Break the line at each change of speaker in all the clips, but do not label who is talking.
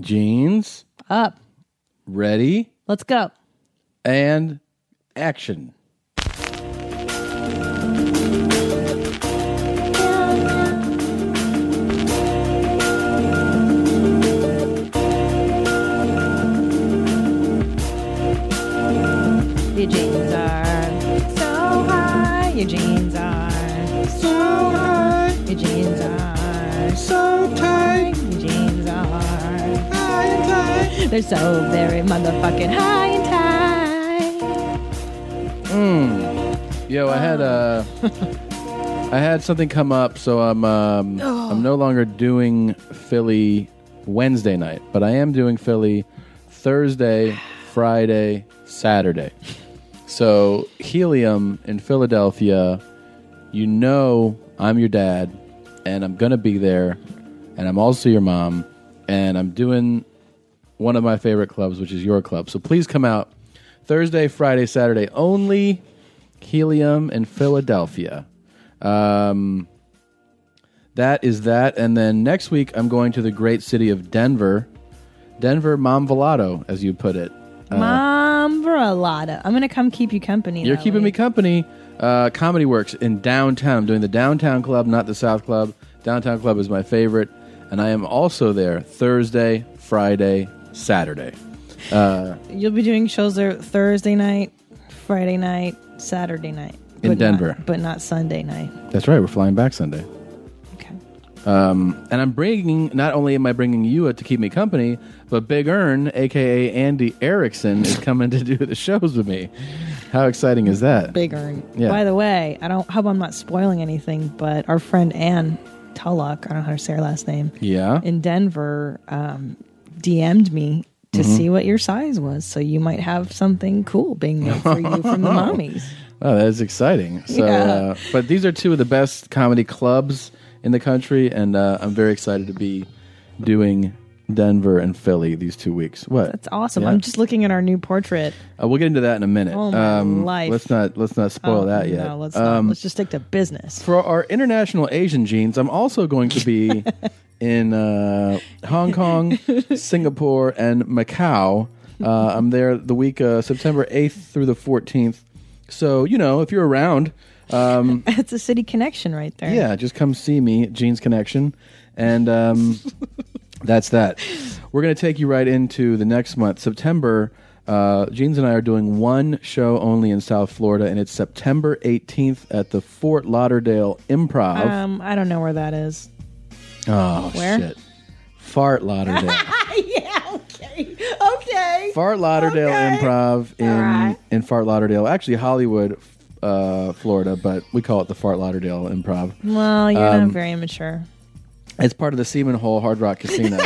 Jeans,
Up.
ready,
Let's go.
and action.
Your jeans are so high. Your jeans are so high. Your jeans are so tight. Your jeans are high and tight. They're so very motherfucking high and tight.
Yo, I had uh, I had something come up, so I'm um, I'm no longer doing Philly Wednesday night, but I am doing Philly Thursday, Friday, Saturday. So Helium in Philadelphia, you know I'm your dad, and I'm gonna be there, and I'm also your mom, and I'm doing one of my favorite clubs, which is your club. So please come out Thursday, Friday, Saturday only. Helium in Philadelphia. Um, that is that. And then next week, I'm going to the great city of Denver. Denver Momvolato, as you put it.
Mom Verlada. I'm gonna come keep you company.
Uh, You're
that
keeping me
week.
company. Uh, Comedy Works in downtown. I'm doing the downtown club, not the south club. Downtown club is my favorite. And I am also there Thursday, Friday, Saturday.
You'll be doing shows there Thursday night, Friday night, Saturday night
In
but not-
Denver.
but not Sunday night.
That's right. We're flying back Sunday.
Okay.
And I'm bringing, not only am I bringing you to keep me company, but Big Earn, aka Andy Erickson, is coming to do the shows with me. How exciting is that?
Big earn.
Yeah.
By the way, I don't hope I'm not spoiling anything, but our friend Ann Tullock, I don't know how to say her last name,
Yeah.
in Denver, um, DM'd me to
Mm-hmm.
see what your size was. So you might have something cool being made for you from the mommies.
Oh, that is exciting. So, uh, but these are two of the best comedy clubs in the country, and uh, I'm very excited to be doing Denver and Philly these two weeks. What?
That's awesome.
Yeah.
I'm just looking at our new portrait.
Uh, we'll get into that in a minute. Um,
Oh, my life. Oh,
Let's not let's not spoil that yet. Um,
No, Um, let's not. Let's just stick to business.
for our international Asian genes, I'm also going to be in uh, Hong Kong, Singapore, and Macau. Uh, I'm there the week uh, September 8th through the 14th. So you know, if you're around, um,
That's a city connection right there.
yeah, just come see me at Genes Connection, and um, that's that. We're gonna take you right into the next month, September. Uh, Jeans and I are doing one show only in South Florida, and it's September 18th at the Fort Lauderdale Improv.
Um, I don't know where that is.
Oh
Where?
shit. Fart Lauderdale.
yeah, okay. Okay.
Fart Lauderdale
Okay.
Improv in
right.
in Fart Lauderdale. Actually Hollywood, uh, Florida, but we call it the Fart Lauderdale Improv.
Well, you're
Um,
not very immature.
It's part of the Seaman Hole Hard Rock Casino.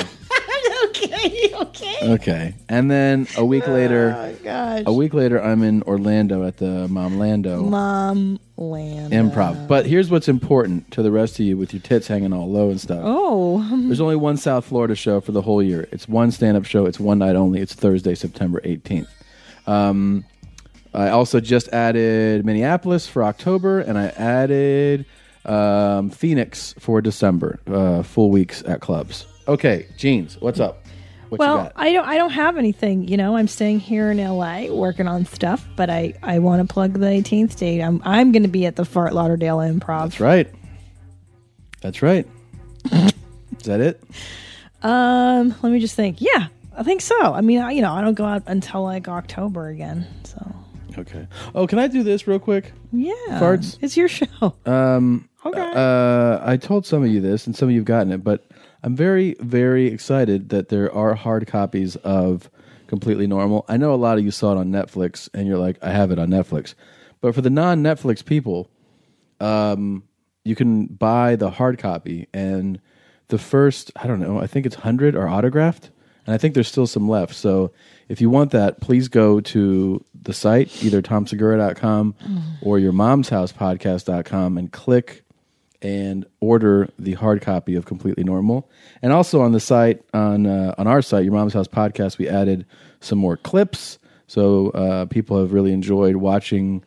okay, okay.
okay. And then a week later
Oh gosh.
a week later I'm in Orlando at the Momlando
Mom land.
Improv. But here's what's important to the rest of you with your tits hanging all low and stuff.
Oh,
There's only one South Florida show for the whole year. It's one stand up show. It's one night only. It's Thursday, September 18th. Um, I also just added Minneapolis for October, and I added um, Phoenix for December. Uh, full weeks at clubs. Okay, jeans. What's up? What you
well,
got?
I don't. I don't have anything. You know, I'm staying here in LA, working on stuff. But I, I want to plug the 18th date. I'm, I'm going to be at the Fort Lauderdale Improv.
That's right. That's right. Is that it?
Um, let me just think. Yeah, I think so. I mean, I, you know, I don't go out until like October again. So
Okay. Oh, can I do this real quick?
yeah,
Farts?
It's your show. Um. Okay.
Uh, I told some of you this, and some of you've gotten it, but I'm very, very excited that there are hard copies of Completely Normal. I know a lot of you saw it on Netflix, and you're like, I have it on Netflix. But for the non Netflix people, um, you can buy the hard copy and the first i don't know i think it's 100 are autographed and i think there's still some left so if you want that please go to the site either tomsegura.com or your mom's house podcast.com and click and order the hard copy of completely normal and also on the site on uh, on our site your mom's house podcast we added some more clips so uh, people have really enjoyed watching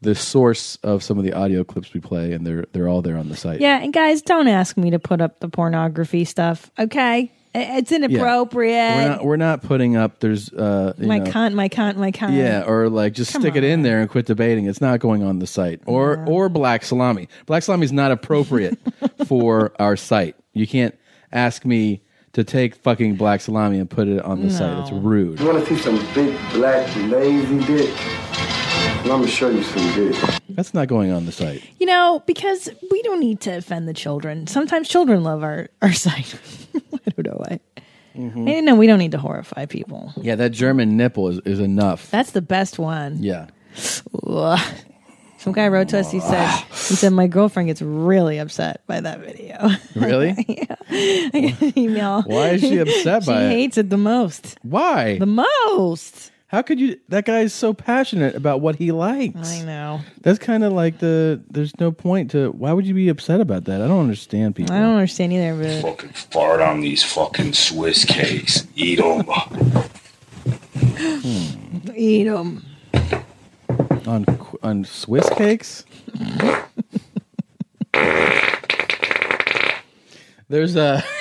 the source of some of the audio clips we play, and they're they're all there on the site.
yeah, and guys, don't ask me to put up the pornography stuff. Okay, It's inappropriate.
We're not, we're not putting up. There's uh, you
my
know,
cunt, my cunt, my cunt.
Yeah, or like just
Come
stick it in
on.
there and quit debating. It's not going on the site. Or or black salami. Black salami is not appropriate for our site. You can't ask me to take fucking black salami and put it on the site. It's
No.
rude.
You wanna see some big, black, lazy dick? Well, I'm gonna show you some dick.
That's not going on the site.
You know, because we don't need to offend the children. Sometimes children love our, our site. I don't know why.
Mm-hmm.
I know we don't need to horrify people.
Yeah, that German nipple is, is enough.
That's the best one.
yeah.
Ugh. Some guy wrote to us. He said, "He said my girlfriend gets really upset by that video."
Really?
Email.
Why is she upset
She
by it?
hates it the most.
Why?
The most.
How could you that guy is so passionate about what he likes.
I know.
That's kind of like the there's no point to why would you be upset about that? I don't understand people.
I don't understand either, but
fucking fart on these fucking Swiss cakes. Eat them.
eat them.
on on Swiss cakes. There's a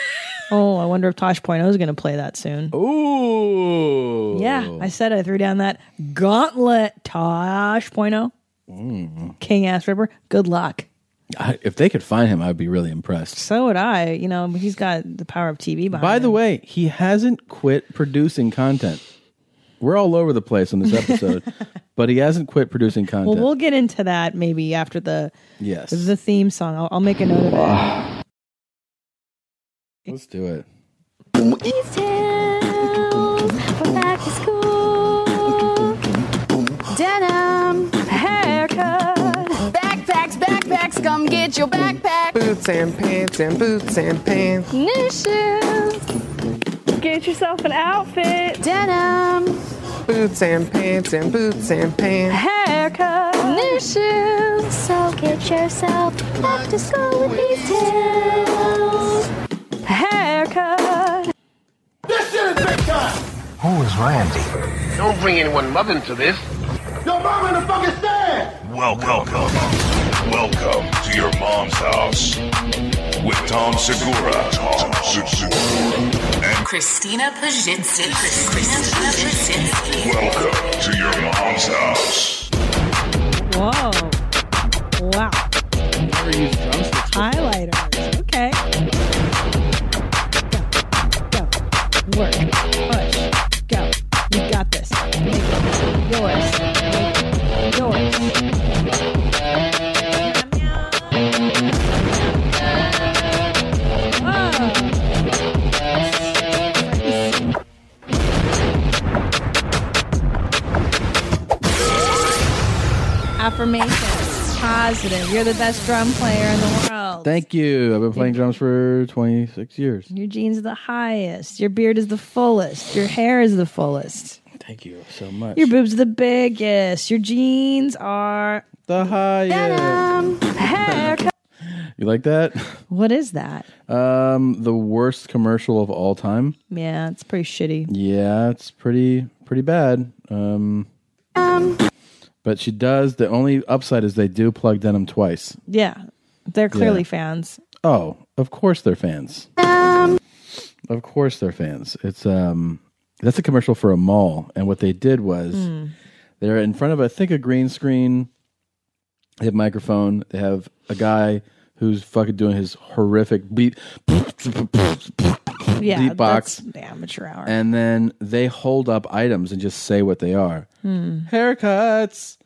Oh, I wonder if Tosh Point is going to play that soon.
Oh. ooh
Yeah, I said I threw down that gauntlet, Tosh Point oh.
Mm.
King ass ripper. Good luck.
I- if they could find him, I'd be really impressed.
So would I. You know, he's got the power of TV behind
By the
him.
way, he hasn't quit producing content. We're all over the place on this episode, but he hasn't quit producing
Well,
content.
we'll get into that maybe after the
yes,
the theme song. I'll, I'll make a note of it.
let's do it.
East Hills for back to school. Denim, haircut, backpacks, backpacks, come get your backpack.
boots and pants and boots and pants.
New shoes,
Get yourself an outfit.
denim,
Boots and pants and boots and pants.
Haircut.
new shoes. So get yourself back to school with East Hills.
Haircut.
This shit is big time.
Who is Randy?
Don't bring anyone love into this.
Your mama in the fucking stand.
Welcome. Welcome to your mom's house with Tom Segura. Tom Segura. And
Christina Pajitsky. Christina Pajitsky.
welcome to your mom's house.
Whoa. Wow. Highlighters. Okay. Go. Go. Work. Push. Go. You got this. Make it yours. Yours. Whoa. Affirmations. Positive. You're the best drum player in the world.
Thank you. I've been playing drums for 26 years.
Your jeans are the highest. Your beard is the fullest. Your hair is the fullest.
Thank you so much.
Your boobs are the biggest. Your jeans are.
the highest. You like that?
What is that?
Um, the worst commercial of all time.
Yeah, it's pretty shitty.
Yeah, it's pretty pretty bad. Um, but she does. The only upside is they do plug denim twice.
Yeah, they're clearly
Yeah.
fans.
Oh, of course they're fans. Of course they're fans. It's um that's a commercial for a mall and what they did was they're in front of I think a green screen. They have microphone. They have a guy who's fucking doing his horrific beat
Yeah,
Deep box.
that's the amateur hour.
and then they hold up items and just say what they are. Haircuts,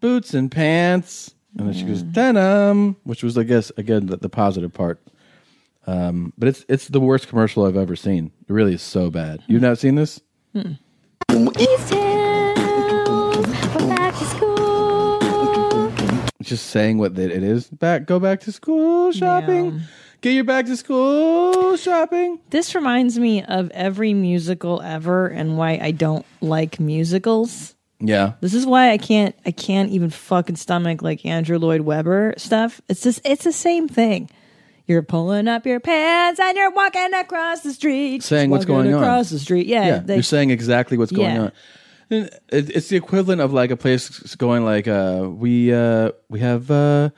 boots and pants. And then she goes denim, which was I guess again the, the positive part. Um, but it's it's the worst commercial I've ever seen. It really is so bad. You've not seen this?
East Hills for back to school.
It's just saying what they, it is. Back go back to school shopping.
Yeah.
Get your back to school shopping.
this reminds me of every musical ever, and why I don't like musicals.
Yeah.
This is why I can't. I can't even fucking stomach like Andrew Lloyd Webber stuff. It's just. It's the same thing. You're pulling up your pants and you're walking across the street,
Saying what's
Walking
going on.
across the street. Yeah,
yeah,
they-
you're saying exactly what's going
Yeah.
on. And it- It's the equivalent of like a place going like uh, we uh, we have uh,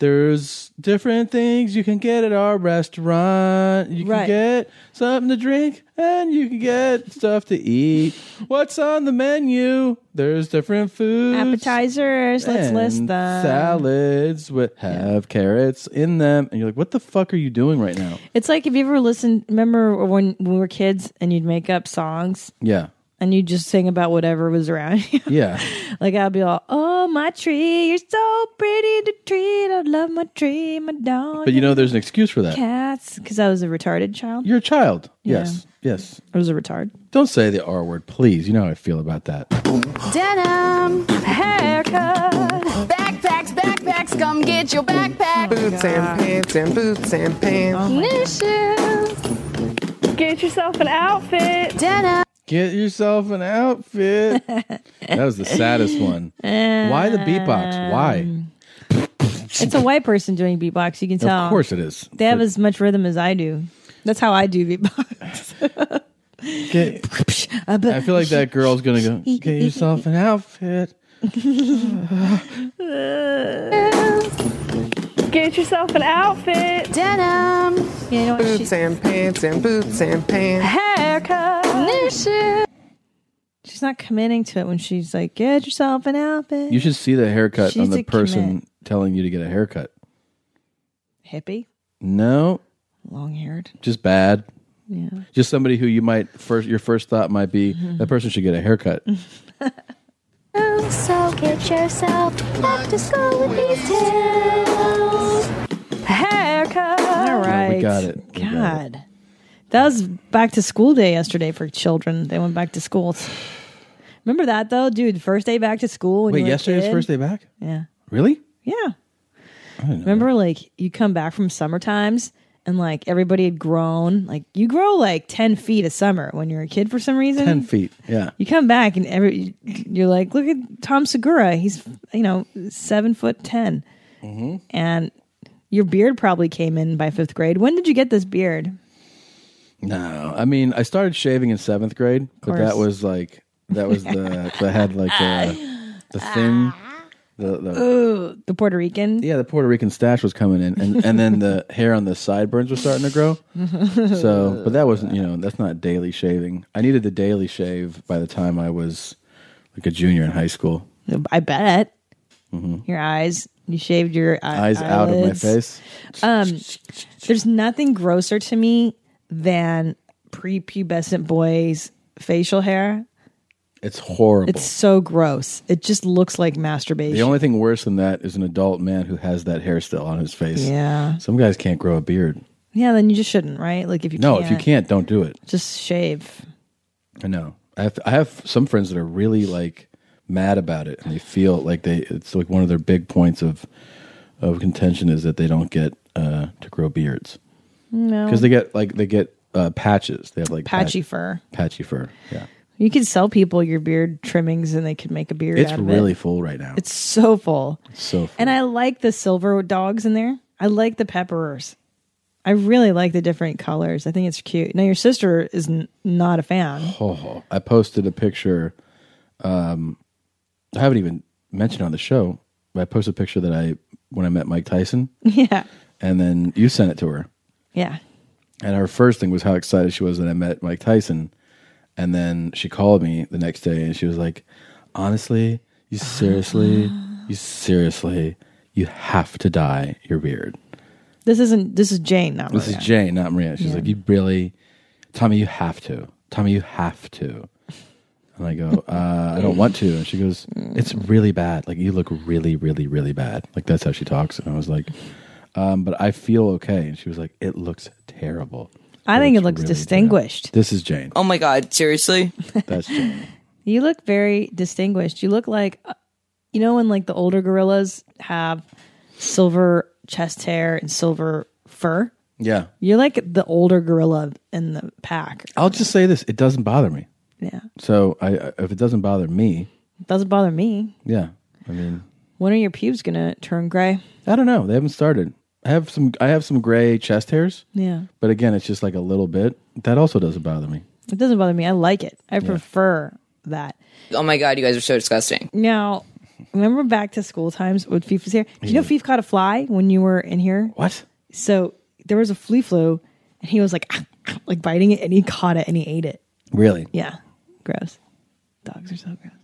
There's different things you can get at our restaurant. You can
Right.
get something to drink and you can get stuff to eat. What's on the menu? There's different foods.
Appetizers. Let's list
and
them.
Salads with have carrots in them. And you're like, what the fuck are you doing right now?
It's like if you ever listened, remember when, when we were kids and you'd make up songs
Yeah.
and you'd just sing about whatever was around you.
Yeah.
like I'd be all, oh my tree, you're so pretty to treat. I love my tree, my dog,
But you know, there's an excuse for that.
cats. Because I was a retarded child.
You're a child.
Yeah.
Yes. Yes.
I was a retard.
Don't say the R word, please. You know how I feel about that.
Denim, haircut, backpacks, backpacks, come get your backpack.
Boots and pants and boots and
Oh,
pants.
New shoes.
Get yourself an outfit.
Denim.
Get yourself an outfit. that was the saddest one. Why the beatbox? Why?
Um, It's a white person doing beatbox. You can tell.
Of course it is.
They have as much rhythm as I do. That's how I do beatbox.
Get- I feel like that girl's gonna go. Get yourself an outfit.
Get yourself an outfit.
Denim.
Boots and pants and boots and pants.
Haircut.
New shoes.
She's not committing to it when she's like, get yourself an outfit.
You should see the haircut
She's
on the
a
person
commit.
telling you to get a haircut.
Hippie,
No,
long haired.
just bad.
Yeah. Mm-hmm.
Just somebody who you might first. Your first thought might be that person should get a haircut.
So get yourself back to school with these tales.
Haircut. All right.
we got it. We got
God. That was back to school day yesterday for children. They went back to school. Remember that though, dude? First day back to school. When you
Wait,
were a
yesterday's
kid?
first day back.
Yeah.
Really?
Yeah.
I didn't know
Remember, like you come back from summer times and like everybody had grown. Like you grow like ten feet a summer when you're a kid for some reason.
Ten feet. Yeah.
You come back and every you're like, look at Tom Segura. He's you know seven foot 10
Mm-hmm.
and your beard probably came in by fifth grade. When did you get this beard?
No, I mean, I started shaving in seventh grade, but
course.
that was like that was the 'cause I had like the the thin the, the
Ooh, the Puerto Rican.
yeah the Puerto Rican stash was coming in, and and then the hair on the sideburns was starting to grow. So, but that wasn't you know that's not daily shaving. I needed the daily shave by the time I was like a junior in high school.
I bet your eyes. You shaved your eye-
Mm-hmm. Eyes out of my
eyelids.
face.
Um, there's nothing grosser to me than prepubescent boys' facial hair.
It's horrible.
It's so gross. It just looks like masturbation.
the only thing worse than that is an adult man who has that hair still on his face.
Yeah.
Some guys can't grow a beard.
yeah, then you just shouldn't, right? Like if you
No,
can't,
if you can't, don't do it.
just shave.
I know. I have I have some friends that are really like mad about it, and they feel like they it's like one of their big points of of contention is that they don't get uh, to grow beards
No,
because they get like they get uh, patches. They have like pat-
patchy fur.
patchy fur. Yeah,
You could sell people your beard trimmings, and they could make a beard.
it's
out of
really
It.
full right now.
It's so full.
so full.
And I like the silver dogs in there. I like the pepperers. I really like the different colors. I think it's cute. Now your sister is n- not a fan.
Oh, I posted a picture. Um, I haven't even mentioned on the show. But I posted a picture that I when I met Mike Tyson,
yeah.
and then you sent it to her.
Yeah.
And her first thing was how excited she was that I met Mike Tyson. And then she called me the next day and she was like, Honestly, you seriously, you seriously, you have to dye your beard.
This isn't this is Jane, not
This is
Maria.
Jane, not Maria. She's like, You really, Tommy, you have to. Tommy, you have to. And I go, uh, I don't want to. And she goes, It's really bad. Like, you look really, really, really bad. Like, that's how she talks. And I was like, um, But I feel okay. And she was like, It looks terrible.
I think it looks
really
distinguished.
This is Jane.
Oh my god, seriously?
That's Jane.
You look very distinguished. You look like uh, you know when like the older gorillas have silver chest hair and silver fur?
Yeah.
You're like the older gorilla in the pack.
I'll just say this: it doesn't bother me.
Yeah.
So I, I- if it doesn't bother me,
Doesn't bother me.
yeah. I mean,
When are your pubes going to turn gray?
I don't know. They haven't started. I have some. I have some gray chest hairs,
Yeah.
but again, it's just like a little bit. That also doesn't bother me.
It doesn't bother me. I like it. I prefer that.
Oh my god, you guys are so disgusting.
Now, Remember back to school times when Fief was here? Did you know Fief caught a fly when you were in here?
What?
So there was a flea flu and he was like, "Ah, like biting it and he caught it and he ate it.
Really?
Yeah. Gross. Dogs are so gross.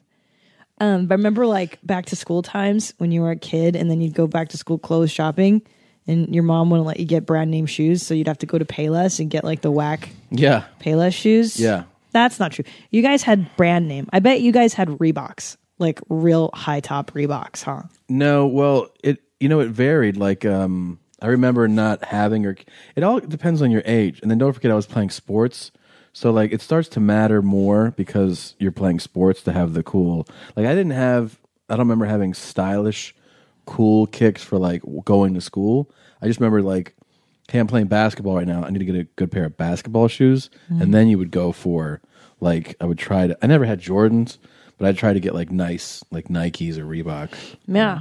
Um, but I remember like back to school times when you were a kid and then you'd go back to school clothes shopping and your mom wouldn't let you get brand name shoes. So you'd have to go to Payless and get like the whack
Yeah.
Payless shoes.
Yeah.
That's not true. You guys had brand name. I bet you guys had Reeboks, like real high top Reeboks, huh?
No, well, it you know it varied. Like um, I remember not having or it all depends on your age. And then don't forget, I was playing sports, so like it starts to matter more because you're playing sports to have the cool. Like I didn't have, I don't remember having stylish, cool kicks for like w- going to school. I just remember like, hey, I'm playing basketball right now. I need to get a good pair of basketball shoes,
Mhm.
and then you would go for like I would try to. I never had Jordans. But I'd try to get like nice, like Nikes or Reeboks.
Yeah.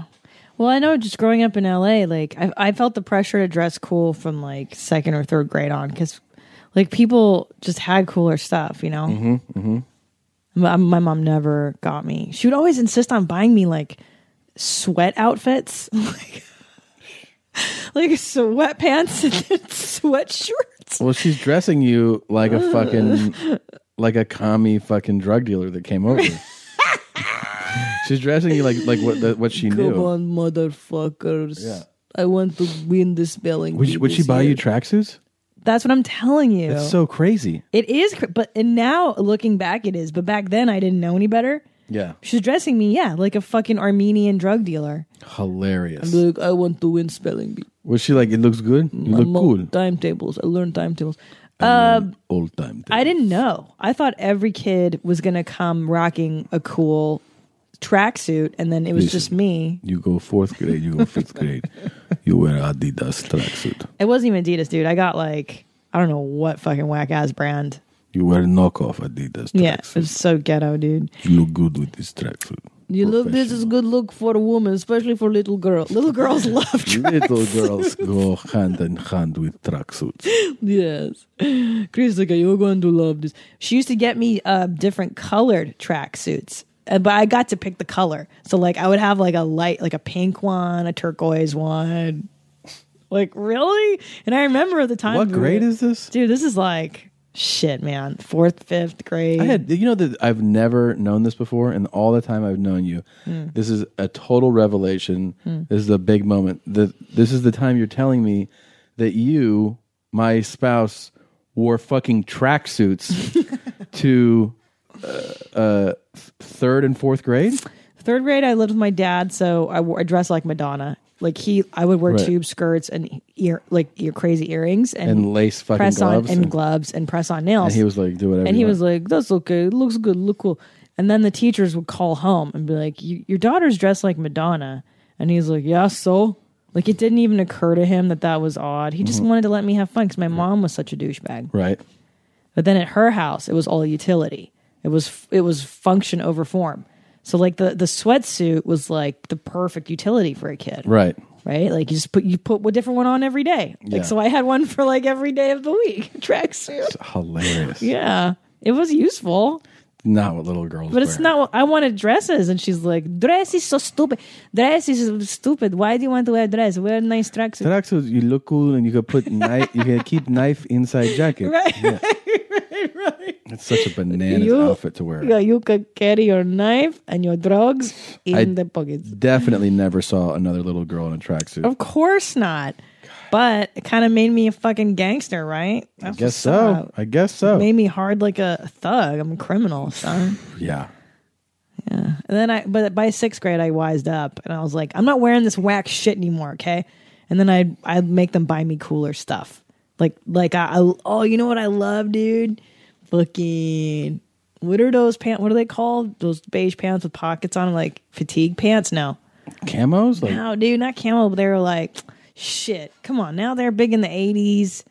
Well, I know just growing up in LA, like I, I felt the pressure to dress cool from like second or third grade on because like people just had cooler stuff, you know?
Mm-hmm, mm-hmm.
My, my mom never got me. She would always insist on buying me like sweat outfits, like, like sweatpants and sweatshirts.
Well, she's dressing you like a fucking like a commie fucking drug dealer that came over. she's dressing you like like what the, what she
Come
knew.
on, motherfuckers.
Yeah.
I want to win the spelling.
Would she, would she buy you tracksuits?
That's what I'm telling you.
That's so crazy.
It is, cr- but and now looking back, it is. But back then, I didn't know any better.
Yeah,
She's dressing me, yeah, like a fucking Armenian drug dealer.
hilarious.
like, I want to win spelling bee.
Was she like? It looks good. You look cool.
Timetables. I learned timetables. Uh,
Old time.
I didn't know. I thought every kid was gonna come rocking a cool tracksuit, and then it was
Listen.
just me.
You go fourth grade. You go fifth grade. You wear Adidas tracksuit.
It wasn't even Adidas, dude. I got like I don't know what fucking whack ass brand.
You wear knockoff Adidas.
Yeah, it was so ghetto, dude.
You look good with this tracksuit.
You look. This is good look for a woman, especially for little girl. Little girls love
Little
tracksuits.
girls go hand in hand with tracksuits.
yes. Chris, like, you're going to love this. She used to get me uh, different colored tracksuits, uh, but I got to pick the color. So, like, I would have like a light, like a pink one, a turquoise one. Like, really? And I remember at the time.
What
we were-
grade is this?
Dude, this is like, shit, man. Fourth, fifth grade.
I had you know that I've never known this before, and all the time I've known you,
Mm.
this is a total revelation.
Mm.
This is a big moment. The, this is the time you're telling me that you, my spouse, wore fucking tracksuits to uh, uh, th- third and fourth grade.
Third grade, I lived with my dad, so I, wore, I dressed like Madonna. Like he, I would wear
Right.
tube skirts and ear, like your crazy earrings and,
And lace fucking
press
gloves
on and,
and-
gloves and press on nails.
And he was like, "Do whatever."
and he
you
was
want.
like, "That's okay. It looks good. Look cool." And then the teachers would call home and be like, "You- "Your daughter's dressed like Madonna," and he's like, "Yeah, so." Like it didn't even occur to him that that was odd. He just
Mhm.
wanted to let me have fun because my mom was such a douchebag.
"Right."
But then at her house, it was all utility. It was it was function over form. So like the the sweatsuit was like the perfect utility for a kid,
Right.
Right? Like you just put you put a different one on every day.
Yeah.
Like so, I had one for like every day of the week tracksuit.
Hilarious.
Yeah, it was useful,
Not what little girls.
but it's
wear.
not. what I wanted dresses, and she's like, "Dress is so stupid. Dress is stupid. Why do you want to wear dress? Wear a nice tracksuit."
tracksuits. You look cool, and you could put knife. You can keep knife inside jacket.
Right,
Yeah.
right, right.
It's such a bananas
You-
outfit to wear.
Yeah, you could carry your knife and your drugs in
I-
the pockets.
Definitely never saw another little girl in a tracksuit.
Of course not. But it kind of made me a fucking gangster, right?
I
That's
guess
what's
so.
up.
I guess so.
Made me hard like a thug. I'm a criminal, son.
Yeah.
Yeah. And then I, but by sixth grade, I wised up and I was like, I'm not wearing this whack shit anymore, okay? And then I'd, I'd make them buy me cooler stuff. Like, like I, I, oh, you know what I love, dude? Fucking, what are those pants? What are they called? Those beige pants with pockets on them, like fatigue pants? No.
Camos? Like
no, dude, not camel. But they were like, shit, come on. Now they're big in the 80s.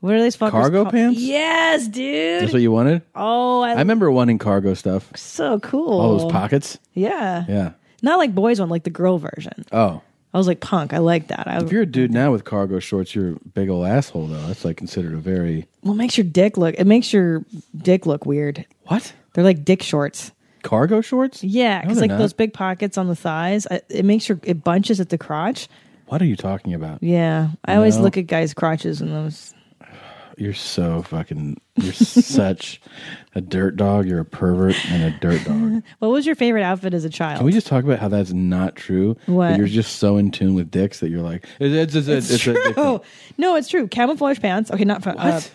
What are these fuckers
Cargo
called?
pants?
Yes, dude.
that's what you wanted?
Oh, I,
I remember wanting cargo stuff.
So cool.
All those pockets.
Yeah.
Yeah.
Not like boys one, like the girl version.
Oh.
I was like punk. I like that. I,
If you're a dude now with cargo shorts, you're a big old asshole though. That's like considered a very
well, it makes your dick look. It makes your dick look weird.
What?
They're like dick shorts.
cargo shorts?
Yeah,
No,
because
they're
like
not.
those big pockets on the thighs, I, it makes your it bunches at the crotch.
What are you talking about?
Yeah, I always
No.
look at guys' crotches and those.
You're so fucking. You're such a dirt dog. You're a pervert and a dirt dog.
What was your favorite outfit as a child?
Can we just talk about how that's not true? That
What?
You're just so in tune with dicks that you're like, it's, it's, it's, it's, it's a dick thing.
true. No, it's true. Camouflage pants. Okay, not fa- uh,
What?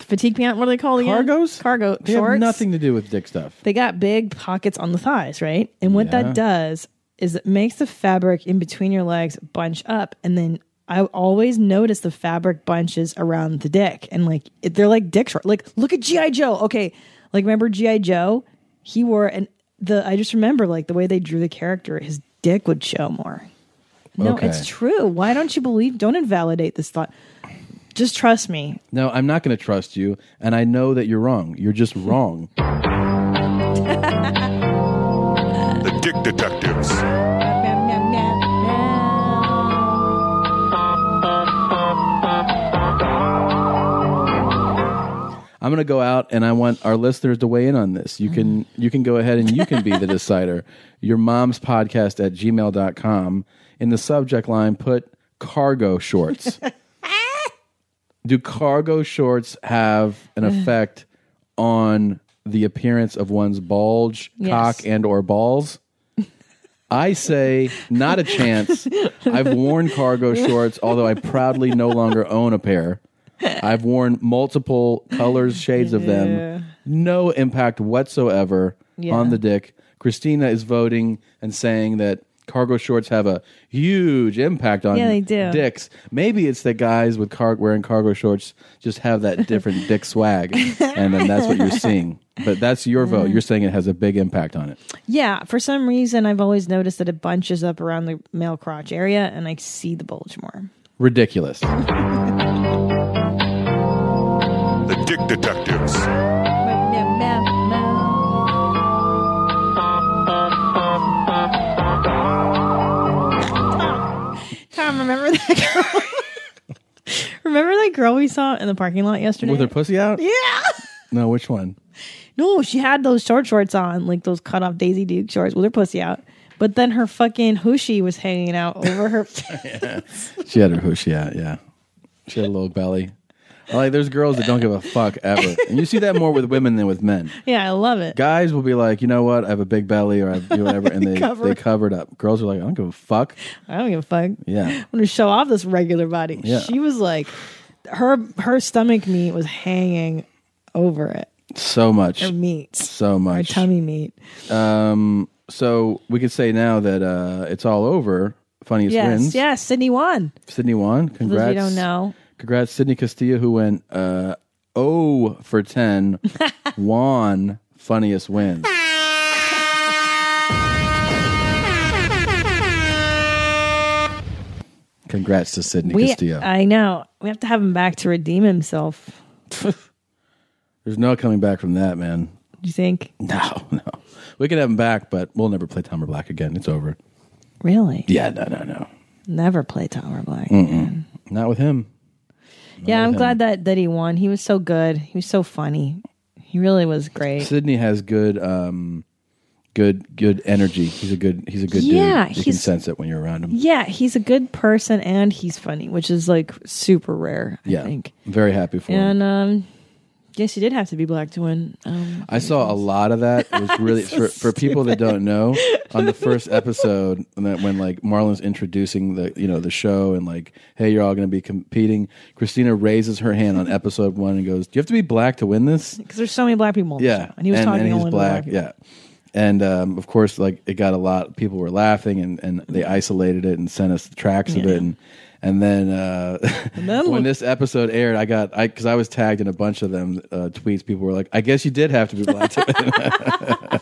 fatigue pants. What do they call again? Cargos. Cargo
They
shorts.
have nothing to do with dick stuff.
They got big pockets on the thighs, right? And what
Yeah.
that does is it makes the fabric in between your legs bunch up, and then I always notice the fabric bunches around the dick, and like it, they're like dick short. Like look at GI Joe. Okay, like remember GI Joe? He wore and the I just remember like the way they drew the character, his dick would show more. No,
Okay.
it's true. Why don't you believe? Don't invalidate this thought. Just trust me.
No, I'm not going to trust you, and I know that you're wrong. You're just wrong.
The Dick Detectives.
I'm going to go out, and I want our listeners to weigh in on this. You can you can go ahead and you can be the decider. Your mom's podcast at gmail.com. In the subject line, put cargo shorts. do cargo shorts have an effect on the appearance of one's bulge,
Yes.
cock, and or balls? I say not a chance. I've worn cargo shorts, although I proudly no longer own a pair. I've worn multiple colors, shades of
Yeah.
them. No impact whatsoever
Yeah.
on the dick. Christina is voting and saying that cargo shorts have a huge impact on
Yeah, they do.
dicks. Maybe it's that guys with car- wearing cargo shorts just have that different dick swag, and then that's what you're seeing. But that's your vote. You're saying it has a big impact on it.
Yeah, for some reason I've always noticed that it bunches up around the male crotch area and I see the bulge more.
Ridiculous.
The Dick Detectives.
Tom, remember that girl? remember that girl we saw in the parking lot yesterday?
With her pussy out?
Yeah.
No, which one?
No, she had those short shorts on, like those cut off Daisy Duke shorts with her pussy out. But then her fucking hooshie was hanging out over her.
She had her hooshie out, yeah. She had a little belly. I Like, there's girls that don't give a fuck ever. And you see that more with women than with men.
yeah, I love it.
Guys will be like, you know what? I have a big belly or I have whatever. And they,
Cover.
they cover it up. Girls are like, I don't give a fuck.
I don't give a fuck.
Yeah.
I'm gonna show off this regular body.
Yeah.
She was like, her her stomach meat was hanging over it.
So much.
Her meat,
So
her
much.
tummy meat.
Um, so we could say now that uh, it's all over. Funniest
yes,
wins.
yes. Sydney won.
Sydney won.
For those
Congrats.
of you who don't know,
Congrats, Sydney Castillo, who went uh, 0 for 10, won funniest win. Congrats to Sydney
we. uh,
Castillo.
I know we have to have him back to redeem himself.
There's no coming back from that, man.
Do you think?
No, no. We could have him back, but we'll never play Tom or Black again. It's over.
Really?
Yeah, no, no, no.
Never play Tower Black.
Mm-mm. Not with him.
Yeah, I'm
him.
glad that that he won. He was so good. He was so funny. He really was great.
Sydney has good, um, good, good energy. He's a good, he's a good dude.
Yeah,
You can
he's-
sense it when you're around him.
Yeah, he's a good person and he's funny, which is like super rare. I
yeah,
think.
I'm very happy for him.
And um, yes, you did have to be black to win. Um,
I saw a lot of that. It was really for, for people that don't know on the first episode and that when like Marlon's introducing the you know the show and like hey you're all going to be competing. Christina raises her hand on episode one and goes, "Do you have to be black to win this?"
because there's so many black people. On the
Yeah,
show, and he was talking
and he's
only to
black.
black.
Yeah, and um, of course, like it got a lot. People were laughing, and, and they
Mm-hmm.
isolated it and sent us tracks of it, and and then, uh, when this episode aired, I got I because I was tagged in a bunch of them uh, tweets. People were like, "I guess you did have to be black." to win." that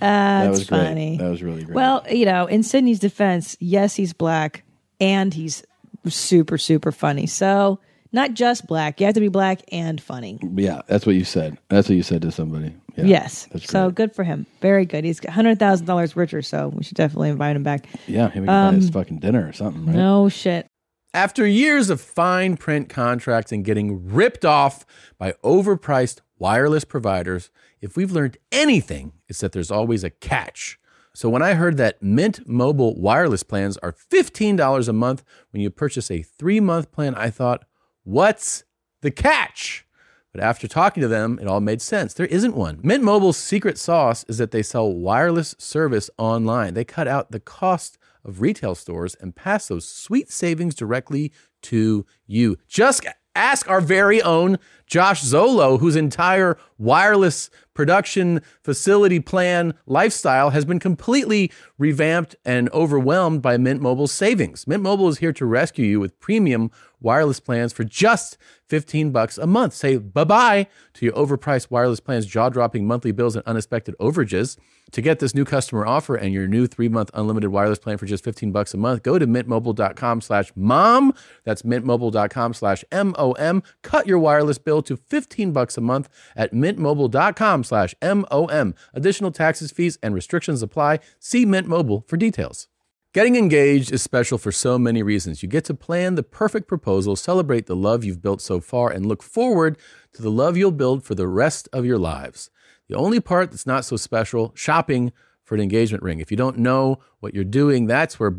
That's
was great.
funny.
That was really great.
Well, you know, in Sydney's defense, yes, he's black and he's super super funny. So not just black. You have to be black and funny.
yeah, that's what you said. That's what you said to somebody. Yeah,
yes.
that's
So good for him. Very good. He's hundred thousand dollars richer. So we should definitely invite him back.
Yeah, he can buy
Um,
his fucking dinner or something, right?
No shit.
After years of fine print contracts and getting ripped off by overpriced
wireless providers, if we've learned anything, it's that there's always a catch. So when I heard that Mint Mobile wireless plans are $15 a month when you purchase a three month plan, I thought, what's the catch? But after talking to them, it all made sense. There isn't one. Mint Mobile's secret sauce is that they sell wireless service online. They cut out the cost of retail stores and pass those sweet savings directly to you. Just ask our very own Josh Zolo, whose entire wireless production facility plan lifestyle has been completely revamped and overwhelmed by Mint Mobile's savings. Mint Mobile is here to rescue you with premium wireless plans for just 15 bucks a month. Say bye-bye to your overpriced wireless plans, jaw-dropping monthly bills and unexpected overages. To get this new customer offer and your new 3-month unlimited wireless plan for just 15 bucks a month, go to mintmobile.com/mom. slash mom. That's mintmobile.com/mom. slash M-O-M. Cut your wireless bill to 15 bucks a month at mintmobile.com/mom. slash M-O-M. Additional taxes, fees and restrictions apply. See Mint Mobile for details. Getting engaged is special for so many reasons. You get to plan the perfect proposal, celebrate the love you've built so far, and look forward to the love you'll build for the rest of your lives. The only part that's not so special shopping for an engagement ring. If you don't know what you're doing, that's where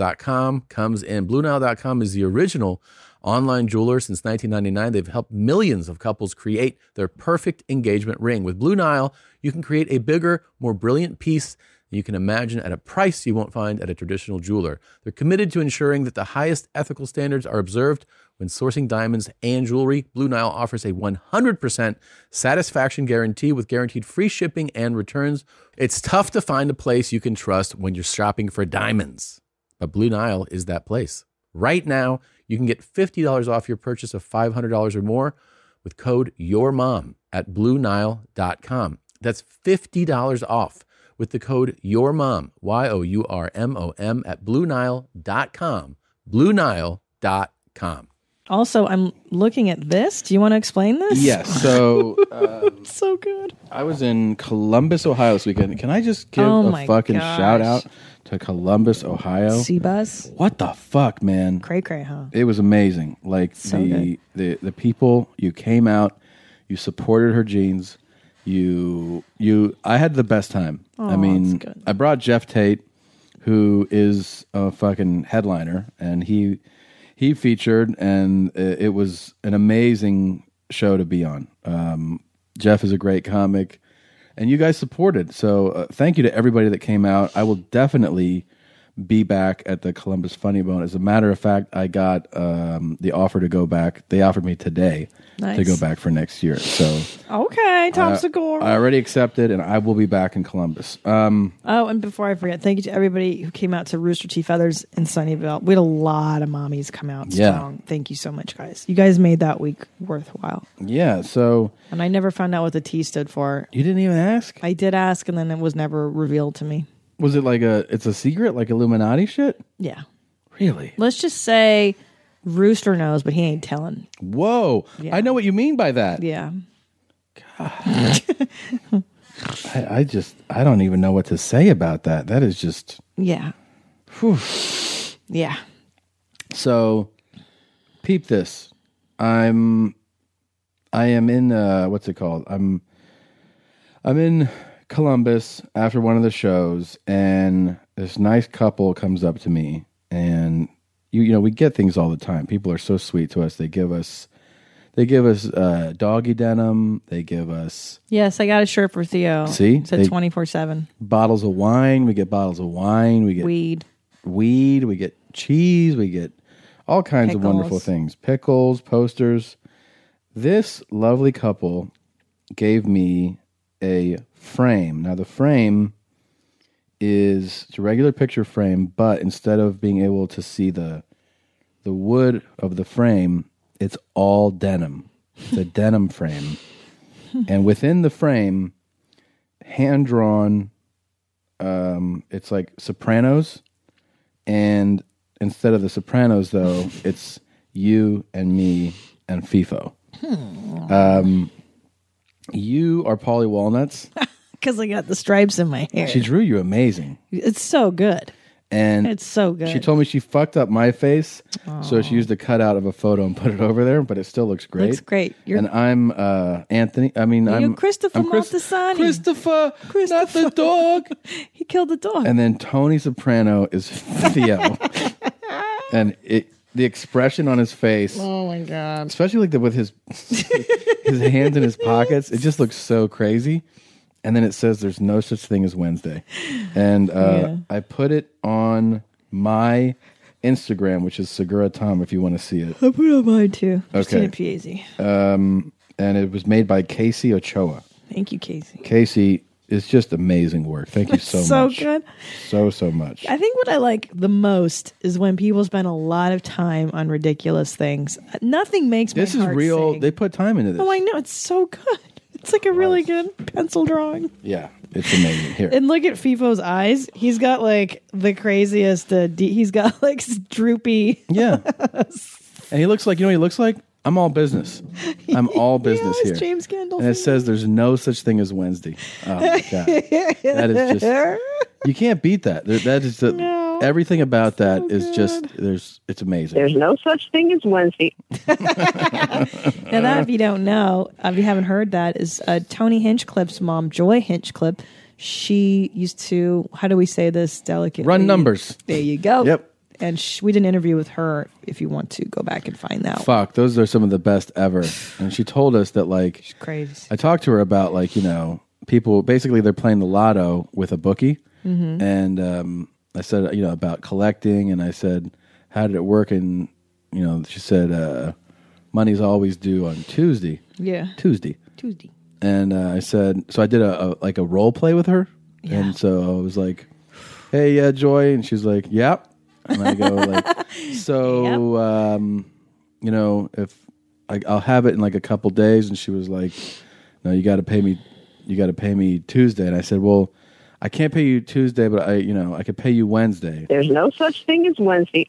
BlueNile.com comes in. BlueNile.com is the original online jeweler since 1999. They've helped millions of couples create their perfect engagement ring. With Blue Nile, you can create a bigger, more brilliant piece than you can imagine at a price you won't find at a traditional jeweler. They're committed to ensuring that the highest ethical standards are observed when sourcing diamonds and jewelry. Blue Nile offers a 100% satisfaction guarantee with guaranteed free shipping and returns. It's tough to find a place you can trust when you're shopping for diamonds, but Blue Nile is that place. Right now, you can get $50 off your purchase of $500 or more with code YOURMOM at BlueNile.com. That's $50 off with the code E YOURMOM, Y O U R M O M, at BlueNile.com. BlueNile.com.
Also, I'm looking at this. Do you want to explain this?
Yes. So um,
so good.
I was in Columbus, Ohio this weekend. Can I just give
Oh my
a fucking
gosh.
shout out to Columbus, Ohio?
Sea bus.
What the fuck, man?
Cray cray, huh?
It was amazing. Like
So
the, the the people you came out, you supported her jeans. You you I had the best time. I
Aw,
mean, I brought Jeff Tate, who is a fucking headliner, and he he featured, and uh, it was an amazing show to be on. Um, Jeff is a great comic, and you guys supported. So uh, thank you to everybody that came out. I will definitely be back at the Columbus Funny Bone. As a matter of fact, I got um, the offer to go back. They offered me today to
Nice.
go back for next year. So
Okay, Tom
I-
Segura.
Uh, I already accepted, and I will be back in Columbus. Um,
Oh, and before I forget, thank you to everybody who came out to Rooster Teeth Feathers in Sunnyvale. We had a lot of mommies come out
Yeah.
strong. Thank you so much, guys. You guys made that week worthwhile.
yeah, so
And I never found out what the T stood for.
You didn't even ask?
I did ask, and then it was never revealed to me.
was it like a? It's a secret, like Illuminati shit.
Yeah.
Really?
Let's just say Rooster knows, but he ain't telling.
Whoa! I know what you mean by that.
Yeah.
I, I just I don't even know what to say about that. That is just
Yeah.
Whew.
Yeah.
So, peep this. I'm, I am in. Uh, what's it called? I'm, I'm in Columbus after one of the shows, and this nice couple comes up to me, and you, you know, we get things all the time. People are so sweet to us. They give us, they give us uh, doggy denim. They give us
Yes, I got a shirt for Theo.
See?
It said
They-
24 7.
bottles of wine. We get bottles of wine. We get
Weed.
weed. We get cheese. We get all kinds of wonderful
Pickles.
things. Pickles, posters. This lovely couple gave me a frame. Now the frame is it's a regular picture frame, but instead of being able to see the the wood of the frame, it's all denim. It's a denim frame. And within the frame, hand drawn um it's like Sopranos and instead of the Sopranos though, it's you and me and FIFO. Um you are Polly Walnuts.
Because I got the stripes in my hair.
She drew you amazing.
It's so good.
and
It's so good.
She told me she fucked up my face, so she used a cutout of a photo and put it over there, but it still looks great.
Looks great. You're-
and I'm uh, Anthony. I mean,
You're
I'm
Christopher
I'm Chris-
Maltasani.
Christopher, Christopher, not the dog.
he killed the dog.
and then Tony Soprano is Theo, and it the expression on his face,
oh my god.
especially like the, with his his hands in his pockets, it just looks so crazy. And then it says there's no such thing as Wednesday, and uh, I put it on my Instagram, which is Segura Tom, if you want to see it.
I put on mine too.
Okay.
Christina Piazzi.
Um, and it was made by Casey Ochoa.
Thank you, Casey.
Casey is just amazing work. Thank you so,
so
much.
good.
So so much.
I think what I like the most is when people spend a lot of time on ridiculous things. Nothing makes
This
my
is
heart
real.
sing.
They put time into this.
Oh, I know. It's so good. It's like a really good pencil drawing.
yeah, it's amazing. Here,
And look at FIFO's eyes. He's got like the craziest. Uh, de- he's got like s- droopy.
Yeah. and he looks like you know what he looks like. I'm all business. I'm all business
it's
here.
James Gandolfini.
And it says there's no such thing as Wednesday. Oh my god, that is just you can't beat that. There- That is the, everything about that is just there's it's amazing.
There's no such thing as Wednesday.
Now that,
Uh-huh.
if you don't know, if you haven't heard that, is uh, Tony Hinchcliffe's mom, Joy Hinchcliffe. She used to. How do we say this delicately?
Run numbers.
There you go.
Yep.
And sh- we did an interview with her. If you want to go back and find that,
Fuck, those are some of the best ever. And she told us that like
crazy.
I talked to her about like you know people basically they're playing the lotto with a bookie,
Mhm.
and um, I said you know about collecting, and I said how did it work, and you know she said uh, money's always due on Tuesday,
Yeah.
Tuesday,
Tuesday.
and uh, I said so I did a, a like a role play with her, and so I was like, hey yeah Joy, and she's like yep, and I go like so um, you know if I, I'll have it in like a couple days, and she was like no, you got to pay me. You got to pay me Tuesday. And I said, well, I can't pay you Tuesday, but I, you know, I could pay you Wednesday.
There's no such thing as Wednesday.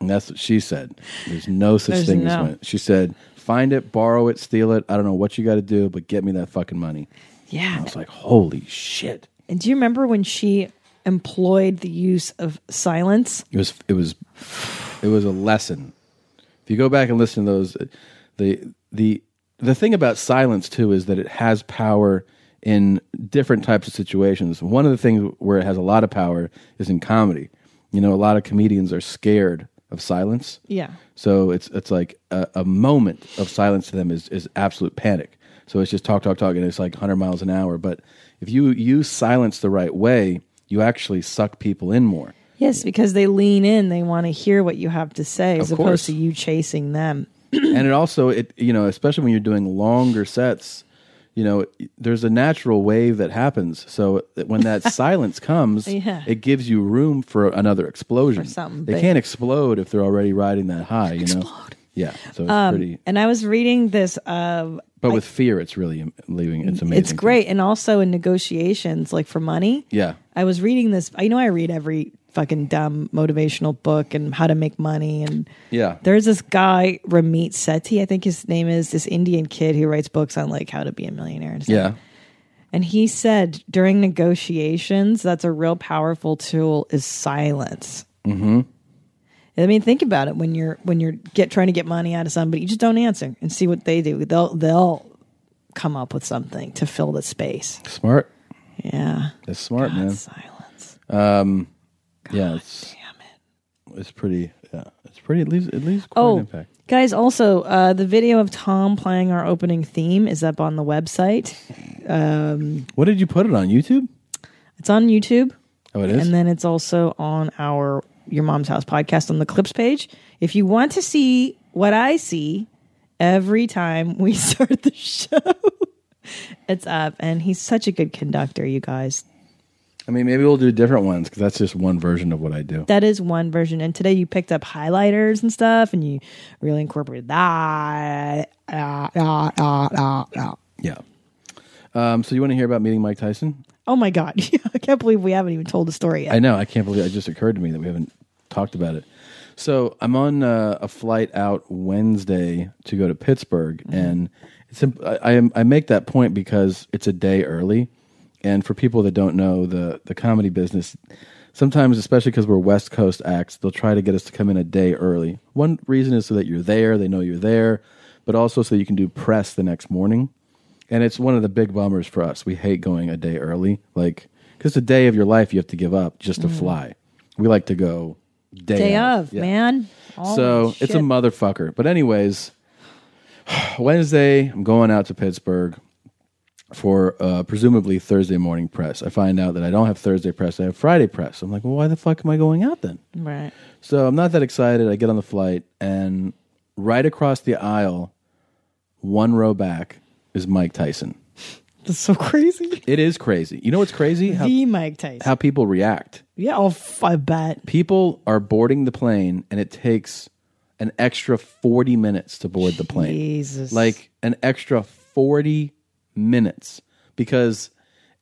And that's what she said. There's no such
There's
thing as
no.
Wednesday. She said, find it, borrow it, steal it. I don't know what you got to do, but get me that fucking money.
Yeah.
I was like, holy shit.
And do you remember when she employed the use of silence?
It was, it was, it was a lesson. If you go back and listen to those, the, the, the thing about silence too is that it has power in different types of situations. One of the things where it has a lot of power is in comedy. You know, a lot of comedians are scared of silence.
Yeah.
So it's it's like a, a moment of silence to them is is absolute panic. So it's just talk, talk, talk, and it's like 100 miles an hour. But if you use silence the right way, you actually suck people in more.
Yes, because they lean in. They want to hear what you have to say as
Of
opposed
course.
to you chasing them.
and it also it you know especially when you're doing longer sets you know there's a natural wave that happens so that when that silence comes
Yeah.
it gives you room for another explosion
For something
they
big.
can't explode if they're already riding that high you know yeah so it's
Um,
pretty
and I was reading this. Uh,
but with fear it's really am- leaving it's amazing
it's great, and also in negotiations, like for money.
yeah
I was reading this. I know I read every fucking dumb motivational book and how to make money. And
yeah
there's this guy Ramit Sethi, I think his name is, this Indian kid who writes books on like how to be a millionaire. And stuff.
yeah
And he said during negotiations, that's a real powerful tool is silence.
mm-hmm
I mean, think about it when you're when you're get trying to get money out of somebody, you just don't answer and see what they do. They'll they'll come up with something to fill the space.
smart
yeah
that's smart man silence um yeah it's damn it it's pretty yeah it's pretty it leaves it leaves quite an
Oh,
impact
guys! Also, uh, the video of Tom playing our opening theme is up on the website. Um,
what did you put it on YouTube?
It's on YouTube.
Oh, it is?
And then it's also on our Your Mom's House podcast on the clips page. If you want to see what I see every time we start the show, it's up. And he's such a good conductor, you guys.
I mean, maybe we'll do different ones because that's just one version of what I do.
That is one version. And today you picked up highlighters and stuff, and you really incorporated that. Ah, ah, ah, ah, ah.
Yeah. Um, so you want to hear about meeting Mike Tyson?
Oh my God. I can't believe we haven't even told the story yet.
I know. I can't believe it just occurred to me that we haven't talked about it. So I'm on uh, a flight out Wednesday to go to Pittsburgh, and it's imp- I, I, am- I make that point because it's a day early, and for people that don't know the the comedy business, sometimes, especially because we're West Coast acts, they'll try to get us to come in a day early. One reason is so that you're there, they know you're there, but also so you can do press the next morning. And it's one of the big bummers for us. We hate going a day early, like because a day of your life you have to give up just to
Mm.
fly. We like to go day,
Day
of,
of,
Yeah.
man. Holy
so it's a
shit.
motherfucker. But anyways, Wednesday I'm going out to Pittsburgh for uh, presumably Thursday morning press. I find out that I don't have Thursday press. I have Friday press. I'm like, well, why the fuck am I going out then?
Right.
So I'm not that excited. I get on the flight, and right across the aisle, one row back, is Mike Tyson.
That's so crazy.
It is crazy. You know what's crazy? How,
the Mike Tyson.
how people react.
yeah, oh, f- I bet.
People are boarding the plane, and it takes an extra 40 minutes to board the plane.
Jesus.
Like an extra 40 minutes because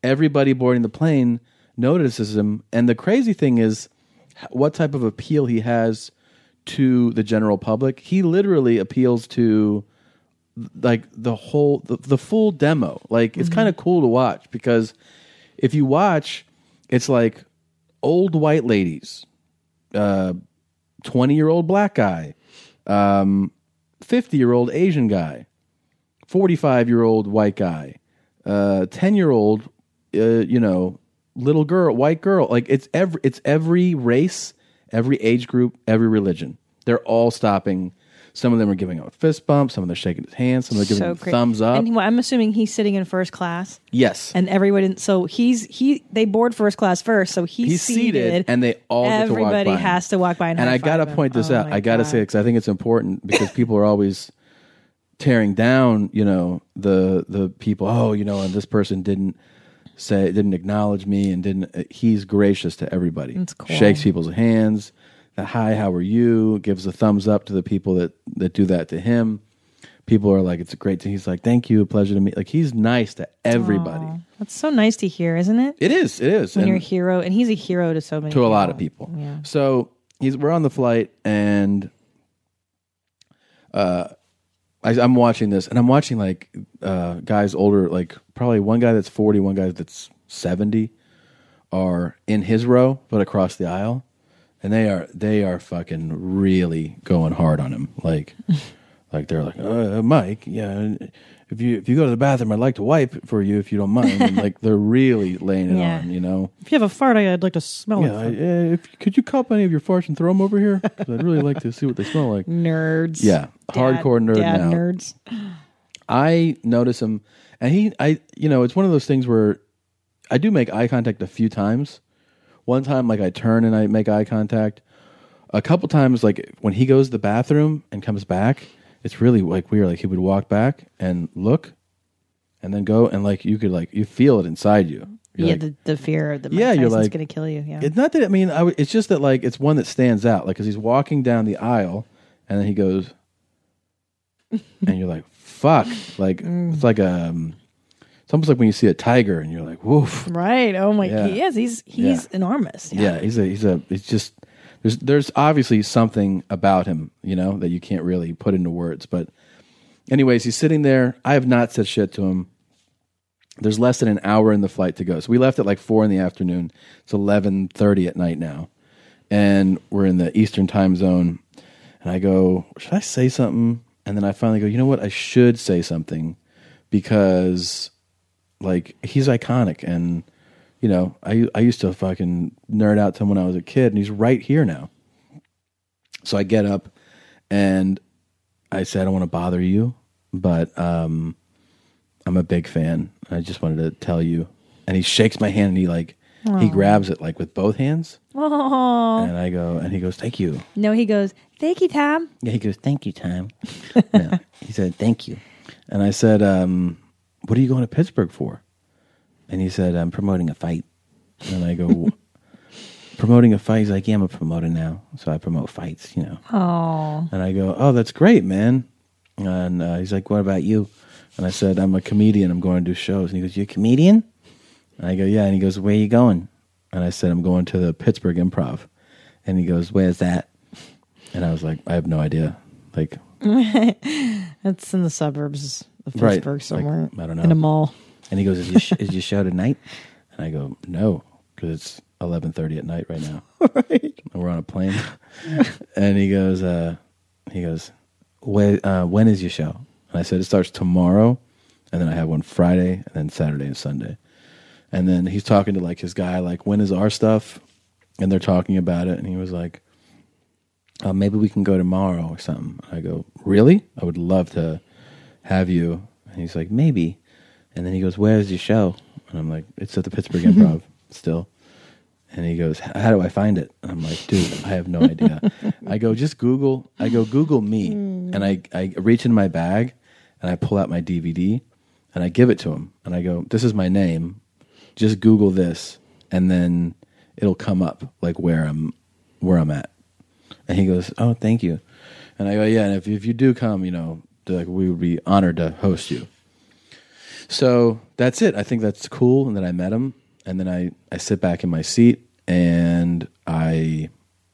everybody boarding the plane notices him. And the crazy thing is h- what type of appeal he has to the general public. He literally appeals to like the whole the, the full demo like it's kind of cool to watch because if you watch it's like old white ladies uh 20 year old black guy um 50 year old asian guy 45 year old white guy uh 10 year old uh, you know little girl white girl like it's every it's every race every age group every religion they're all stopping some of them are giving out fist bumps some of them are shaking his hands some of them are giving him
cra-
thumbs up
And he- well, I'm assuming he's sitting in first class.
yes
And everybody, so he's he. They board first class first, so he's,
he's seated, and they all get to walk
everybody
by him.
has to walk by. And,
and I
high-five
gotta
him.
point this
Oh
out.
my
I gotta
God.
say because I think it's important because people are always tearing down, you know, the the people. Oh, you know, and this person didn't say, didn't acknowledge me, and didn't. uh, He's gracious to everybody. That's cool. Shakes people's hands. The hi, how are you? Gives a thumbs up to the people that that do that to him. People are like, it's a great thing. He's like, thank you, a pleasure to meet. Like he's nice to everybody.
That's so nice to hear, isn't it?
It is. It is.
When
And-
you're a hero, and he's a hero to so many.
to a lot of people.
Yeah.
So he's we're on the flight and uh I, I'm watching this and I'm watching like uh guys older, like probably one guy that's 40, one guy that's 70 are in his row but across the aisle and they are they are fucking really going hard on him like like they're like uh, Mike yeah and if you if you go to the bathroom I'd like to wipe for you if you don't mind And, like they're really laying it
Yeah.
on you know
If you have a fart, I- I'd like to smell
yeah, I,
it.
uh, if, could you cop any of your farts and throw them over here? 'Cause I'd really like to see what they smell like.
Nerds.
Yeah,
Dad-
hardcore nerd
dad
now.
Nerds.
I notice him, and he, I, you know, it's one of those things where I do make eye contact a few times. One time, like I turn and I make eye contact. A couple times, like when he goes to the bathroom and comes back, it's really like weird. Like he would walk back and look, and then go, and like you could like you feel it inside you. You're
yeah,
like,
the, the fear that Mike
Yeah, you're
Tyson's
like-
going to kill you. Yeah.
It's not that I mean I would it's just that like it's one that stands out like because he's walking down the aisle and then he goes, and you're like fuck like it's like a um, it's almost like when you see a tiger and you're like woof
right. Oh my.
Yeah.
He is. He's
Yeah.
he's enormous.
yeah. he's a he's a it's just there's there's obviously something about him you know that you can't really put into words but anyways he's sitting there I have not said shit to him there's less than an hour in the flight to go. So we left at like four in the afternoon. It's eleven thirty at night now, and we're in the Eastern time zone. And I go, should I say something? And then I finally go, you know what? I should say something because, like, he's iconic, and you know, I I used to fucking nerd out to him when I was a kid, and he's right here now. So I get up, and I said, I don't want to bother you, but um, I'm a big fan. I just wanted to tell you. And he shakes my hand and he like he
Aw.
grabs it like with both hands.
Oh
And I go and he goes, Thank you.
no, he goes. Thank you, Tom.
Yeah, he goes, Thank you, Tom. Yeah. He said, Thank you. And I said, um, what are you going to Pittsburgh for? And he said, I'm promoting a fight. And I go, promoting a fight? He's like, Yeah, I'm a promoter now. So I promote fights, you know.
Oh.
And I go, "Oh, that's great, man." And uh, he's like, "What about you?" And I said, "I'm a comedian. I'm going to do shows." And he goes, "You a comedian?" And I go, "Yeah." And he goes, "Where you going?" And I said, "I'm going to the Pittsburgh Improv." And he goes, "Where's that?" And I was like, "I have no idea." Like,
That's in the suburbs of
Right.
Pittsburgh
Like,
somewhere.
I don't know.
In a mall.
and he goes, "Is your, sh- is your show tonight?" And I go, "No, because it's eleven thirty at night right now. right. And we're on a plane. and he goes, uh, he goes, when, uh, when is your show? And I said, it starts tomorrow. And then I have one Friday and then Saturday and Sunday. And then he's talking to like his guy, like, when is our stuff? And they're talking about it. And he was like, uh, maybe we can go tomorrow or something. And I go, really? I would love to have you. And he's like, maybe. And then he goes, where's your show? And I'm like, it's at the Pittsburgh Improv still. And he goes, how do I find it? And I'm like, dude, I have no idea. I go, just Google. I go, Google me. And I, I reach in my bag and I pull out my DVD and I give it to him. And I go, this is my name. Just Google this. And then it'll come up like where I'm, where I'm at. And he goes, "Oh, thank you." And I go, "Yeah, and if if you do come, you know, like we would be honored to host you." So that's it. I think that's cool, and then I met him, and then I I sit back in my seat and I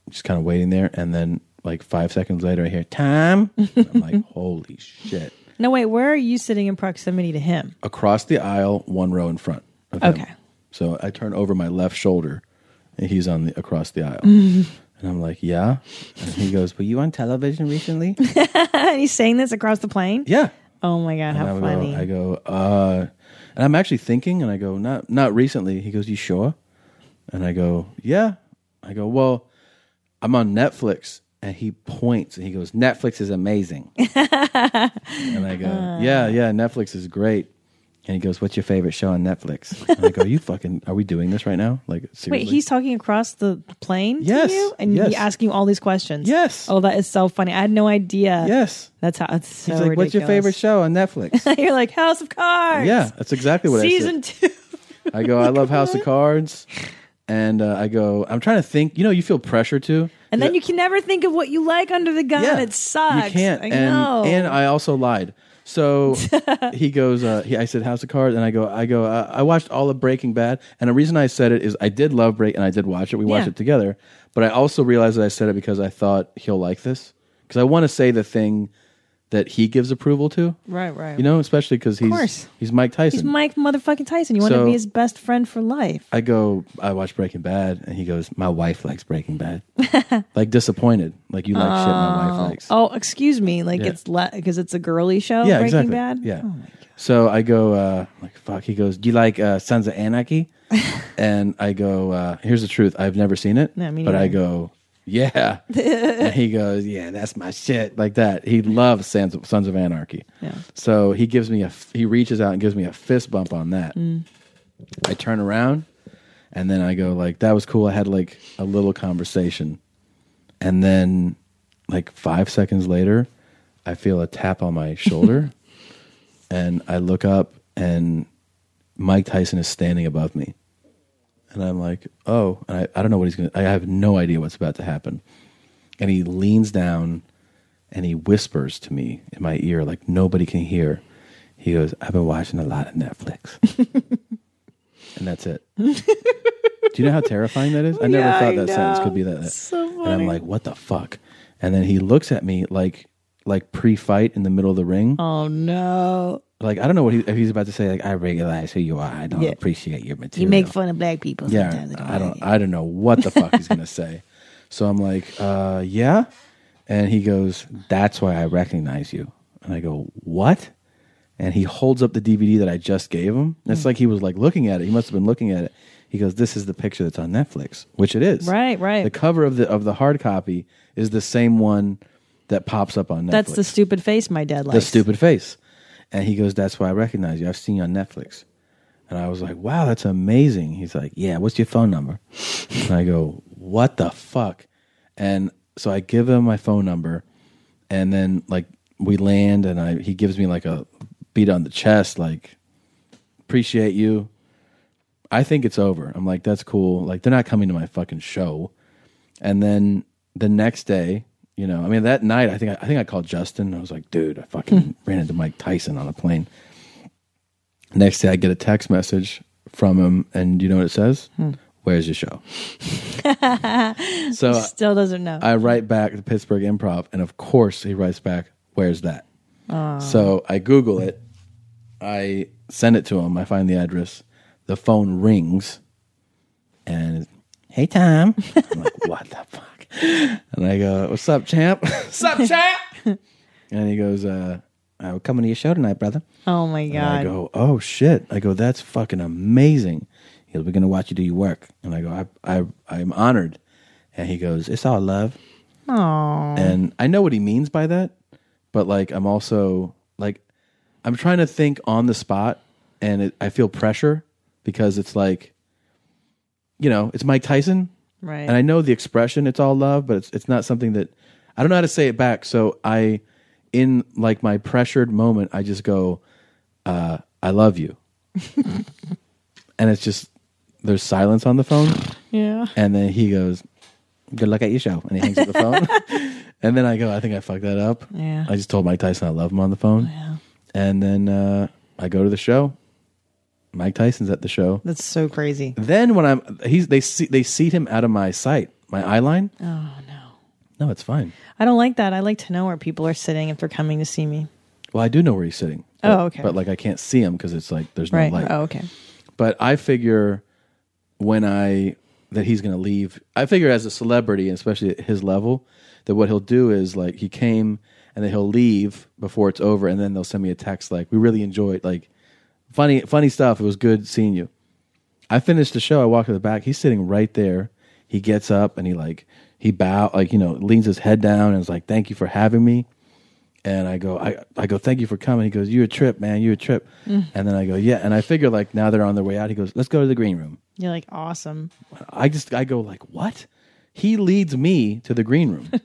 just kind of waiting there, and then like five seconds later, I hear time. And I'm like, "Holy shit!"
No, wait, where are you sitting in proximity to him?
Across the aisle, one row in front. Of him.
Okay.
So I turn over my left shoulder, and he's on the across the aisle. And I'm like, yeah. And he goes, were you on television recently?
and he's saying this across the plane?
Yeah.
Oh my God,
and
how
I
funny.
Go, I go, uh, and I'm actually thinking, and I go, not not recently. He goes, you sure? And I go, yeah. I go, well, I'm on Netflix, and he points, and he goes, Netflix is amazing. and I go,
Uh.
yeah, yeah, Netflix is great. And he goes, what's your favorite show on Netflix? And I go, you fucking, are we doing this right now? Like, seriously?
Wait, he's talking across the plane
Yes,
to you? And
yes.
he's asking you all these questions?
Yes.
Oh, that is so funny. I had no idea.
Yes.
That's how, it's so
He's like, what's your favorite show on Netflix?
favorite? You're like, House of Cards.
Yeah, that's exactly what I said.
Season two.
I go, I love House of Cards. And uh, I go, I'm trying to think. You know, you feel pressure too.
And then you can never think of what you like under the gun.
Yeah.
Uh, It sucks.
You can't.
I
and,
know.
and I also lied. So he goes, uh, he, I said House of Cards. And I go, I go, uh, I watched all of Breaking Bad. And the reason I said it is I did love Break and I did watch it. We watched
Yeah.
it together. But I also realized that I said it because I thought he'll like this. Because I want to say the thing that he gives approval to.
right, right.
You know, especially because
course.
he's, he's Mike Tyson.
He's Mike motherfucking Tyson. You want to
So-
be his best friend for life.
I go, I watch Breaking Bad, and he goes, My wife likes Breaking Bad. like, disappointed. Like, you like shit my
Oh.
wife likes.
Oh, excuse me. Like
Yeah.
it's because it's a girly show.
yeah,
Breaking
exactly.
Bad. Oh
Yeah. so I go, uh, like, fuck. He goes, Do you like uh, Sons of Anarchy? and I go, uh, Here's the truth. I've never seen it.
No, me
but I
neither.
go, Yeah. and he goes, Yeah, that's my shit. Like that. He loves Sons of, Sons of Anarchy.
Yeah.
So he gives me a, f- he reaches out and gives me a fist bump on that.
Mm.
I turn around and then I go like that was cool. I had like a little conversation. And then like 5 seconds later, I feel a tap on my shoulder and I look up and Mike Tyson is standing above me. And I'm like, "Oh, and I, I don't know what he's going to I have no idea what's about to happen." And he leans down and he whispers to me in my ear like nobody can hear. He goes, "I've been watching a lot of Netflix." and that's it. Do you know how terrifying that is? I never
Yeah,
thought
I
that sentence
know.
could be that. that.
So
And
funny.
I'm like, what the fuck? And then he looks at me like, like pre-fight in the middle of the ring.
Oh no!
Like I don't know what he, if he's about to say. Like I realize who you are. I don't
Yeah.
appreciate your material.
You make fun of black people.
Yeah,
sometimes.
I don't. I don't know what the fuck he's gonna say. So I'm like, uh, yeah. And he goes, "That's why I recognize you." And I go, "What?" And he holds up the DVD that I just gave him. And
Hmm.
it's like he was like looking at it. He must have been looking at it. He goes, "This is the picture that's on Netflix," which it is.
Right, right.
The cover of the of the hard copy is the same one that pops up on Netflix.
That's the stupid face my dad likes.
The stupid face. And he goes, That's why I recognize you. I've seen you on Netflix. And I was like, Wow, that's amazing. He's like, Yeah, what's your phone number? and I go, What the fuck? And so I give him my phone number and then like we land and I he gives me like a beat on the chest, like, appreciate you. I think it's over. I'm like, that's cool. Like they're not coming to my fucking show. And then the next day, you know, I mean that night I think I, I think I called Justin and I was like, dude, I fucking ran into Mike Tyson on a plane. Next day I get a text message from him and you know what it says?
Hmm.
Where's your show?
so
So-
still doesn't know.
I write back the Pittsburgh Improv and of course he writes back, Where's that?
Oh.
So I Google it. I send it to him. I find the address. The phone rings, and Hey, Tom. I'm like, what the fuck? And I go, what's up, champ?
Sup, chat?
and he goes, uh, I'm coming to your show tonight, brother.
Oh my
And I
god.
go, oh shit. I go, that's fucking amazing. He goes, we're going to watch you do your work. And I go, I, I, I'm honored. And he goes, it's all love.
Aw.
And I know what he means by that, but like, I'm also like, I'm trying to think on the spot and it, I feel pressure because it's like, you know, it's Mike Tyson.
Right.
And I know the expression it's all love, but it's it's not something that I don't know how to say it back. So I in like my pressured moment, I just go, uh, I love you. and it's just there's silence on the phone.
Yeah.
And then he goes, Good luck at your show. And he hangs up the phone. and then I go, I think I fucked that up.
Yeah.
I just told Mike Tyson I love him on the phone. And then uh, I go to the show. Mike Tyson's at the show.
That's so crazy.
Then when I'm he's they see they seat him out of my sight, my eye line.
Oh no.
No, it's fine.
I don't like that. I like to know where people are sitting if they're coming to see me.
Well, I do know where he's sitting.
Oh,
But-
okay.
But like I can't see him because it's like there's no
right.
light.
Oh, okay.
But I figure when I that he's going to leave, I figure as a celebrity, and especially at his level, that what he'll do is like he came and then he'll leave before it's over, and then they'll send me a text like, "We really enjoyed like funny funny stuff. It was good seeing you." I finished the show. I walk to the back. He's sitting right there. He gets up and he like he bow like you know leans his head down and is like, "Thank you for having me." And I go, I, I go, thank you for coming. He goes, you a trip, man. you a trip.
Mm.
And then I go, yeah. And I figure like now they're on their way out. He goes, let's go to the green room.
You're like awesome.
I just I go like, what? He leads me to the green room, and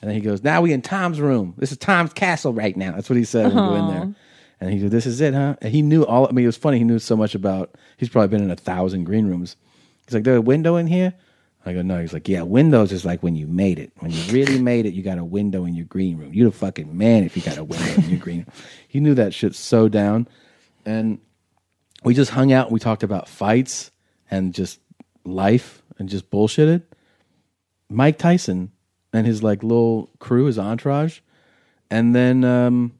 then he goes, now we in Tom's room. This is Tom's castle right now. That's what he said when we go in
Aw.
there. And he goes, this is it, huh? And he knew all. I mean, it was funny. He knew so much about. He's probably been in a thousand green rooms. He's like, there a window in here. I go, no. He's like, yeah, windows is like when you made it. When you really made it, you got a window in your green room. You the fucking man if you got a window in your green room. He knew that shit so down. And we just hung out and we talked about fights and just life and just bullshitted. Mike Tyson and his like little crew, his entourage. And then um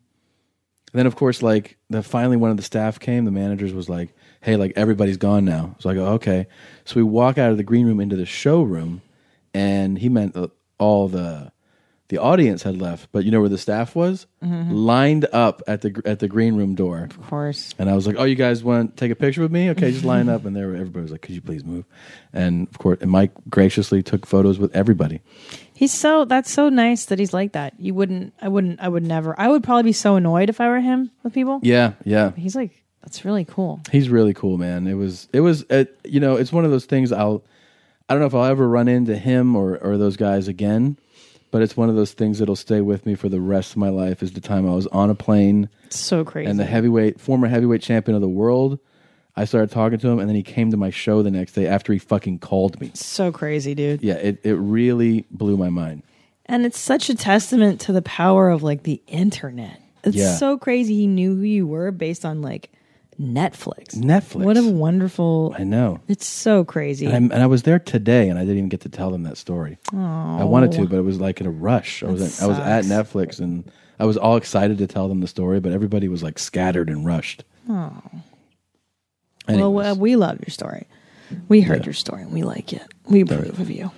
then of course like the finally one of the staff came, the managers was like, Hey, like everybody's gone now. So I go, Okay. So we walk out of the green room into the showroom and he meant uh, all the the audience had left, but you know where the staff was? Lined up at the gr- at the green room door. Of
course.
And I was like, "Oh, you guys want to take a picture with me? Okay, just line up." And there, everybody was like, "Could you please move?" And of course, and Mike graciously took photos with everybody.
He's so that's so nice that he's like that. You wouldn't I wouldn't I would never. I would probably be so annoyed if I were him with people.
Yeah, yeah.
He's like that's really cool.
He's really cool, man. It was it was it, you know, it's one of those things I'll I don't know if I'll ever run into him or or those guys again, but it's one of those things that'll stay with me for the rest of my life is the time I was on a plane
So crazy.
and the heavyweight former heavyweight champion of the world. I started talking to him and then he came to my show the next day after he fucking called me.
so crazy, dude.
Yeah, it, it really blew my mind.
And it's such a testament to the power of like the internet. It's
Yeah.
so crazy he knew who you were based on like Netflix.
Netflix.
What a wonderful
I know.
It's so crazy.
And, I'm, and I was there today, and I didn't even get to tell them that story. I wanted to, but it was like in a rush. I was
That
at, I was at
sucks.
Netflix, and I was all excited to tell them the story, but everybody was like scattered and rushed.
Oh.
Anyways.
Well, uh, we love your story. We heard your story and we like it. We approve of you. Your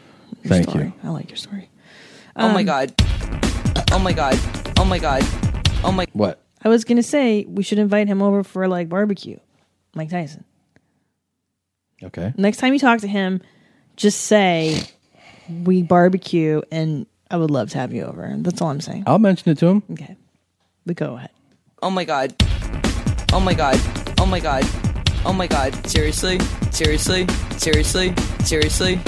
Thank
story.
you.
I like your story.
Oh my
Um,
god. Oh my god. Oh my god. Oh my.
What?
I was gonna say we should invite him over for like barbecue, Mike Tyson.
Okay.
Next time you talk to him, just say we barbecue, and I would love to have you over. That's all I'm saying.
I'll mention it to him.
Okay, but go ahead.
Oh my god. Oh my god. Oh my god. Oh my god. Seriously? Seriously? Seriously? Seriously?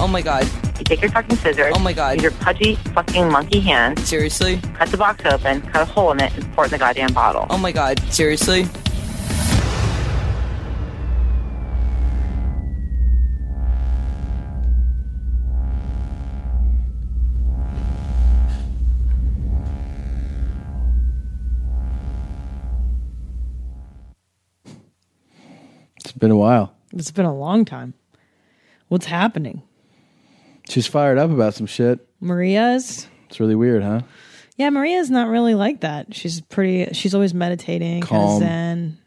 Oh my god. You take your fucking scissors. Oh my god. Use your pudgy fucking monkey hand. Seriously? Cut the box open, cut a hole in it, and pour it in the goddamn bottle. Oh my god. Seriously?
It's been a while.
It's been a long time. What's happening,
She's fired up about some shit.
Maria's?
It's really weird, huh?
Yeah, Maria's not really like that. She's pretty. She's always meditating, kind
Calm.
of zen.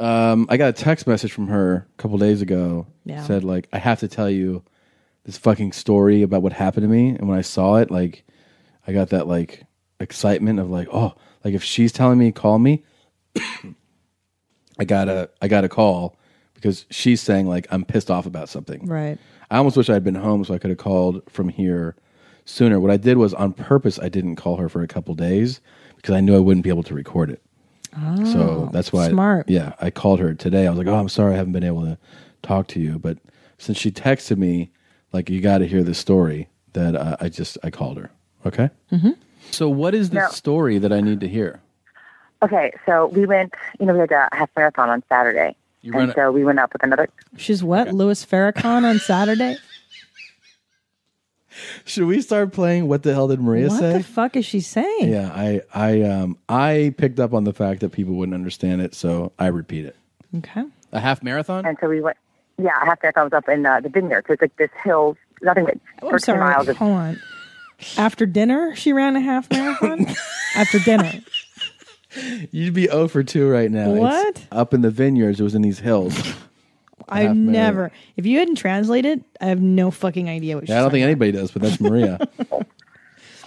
Um, I got a text message from her a couple days ago.
Yeah.
Said like, I have to tell you this fucking story about what happened to me. And when I saw it, like, I got that like excitement of like, oh, like if she's telling me call me, I gotta I gotta call because she's saying like I'm pissed off about something.
Right.
I almost wish I had been home so I could have called from here sooner. What I did was on purpose I didn't call her for a couple days because I knew I wouldn't be able to record it.
Oh,
so that's why
smart.
yeah, I called her today. I was like, "Oh, I'm sorry I haven't been able to talk to you, but since she texted me like you got to hear this story that uh, I just I called her." Okay?
Mm-hmm.
So what is the
No.
story that I need to hear?
Okay, so we went. You know, we had a half marathon on Saturday,
You
and
ran a-
so we went up with another.
She's what? Louis Farrakhan on Saturday?
Should we start playing what the hell did Maria
what
say?
the fuck is she saying?
Yeah, I I um I picked up on the fact that people wouldn't understand it, so I repeat it.
Okay.
A half marathon.
And so we went. Yeah, a half marathon was up in uh, the vineyard. So it's like this hill, nothing but
Oh, I'm
13
sorry.
miles. Of,
Hold on. After dinner, she ran a half marathon. After dinner,
You'd be 0 for 2 right now. It's
What?
up in the vineyards, it was in these hills.
I
Half marathon.
never. If you hadn't translated, I have no fucking idea what.
Yeah, I don't think anybody does, but that's Maria.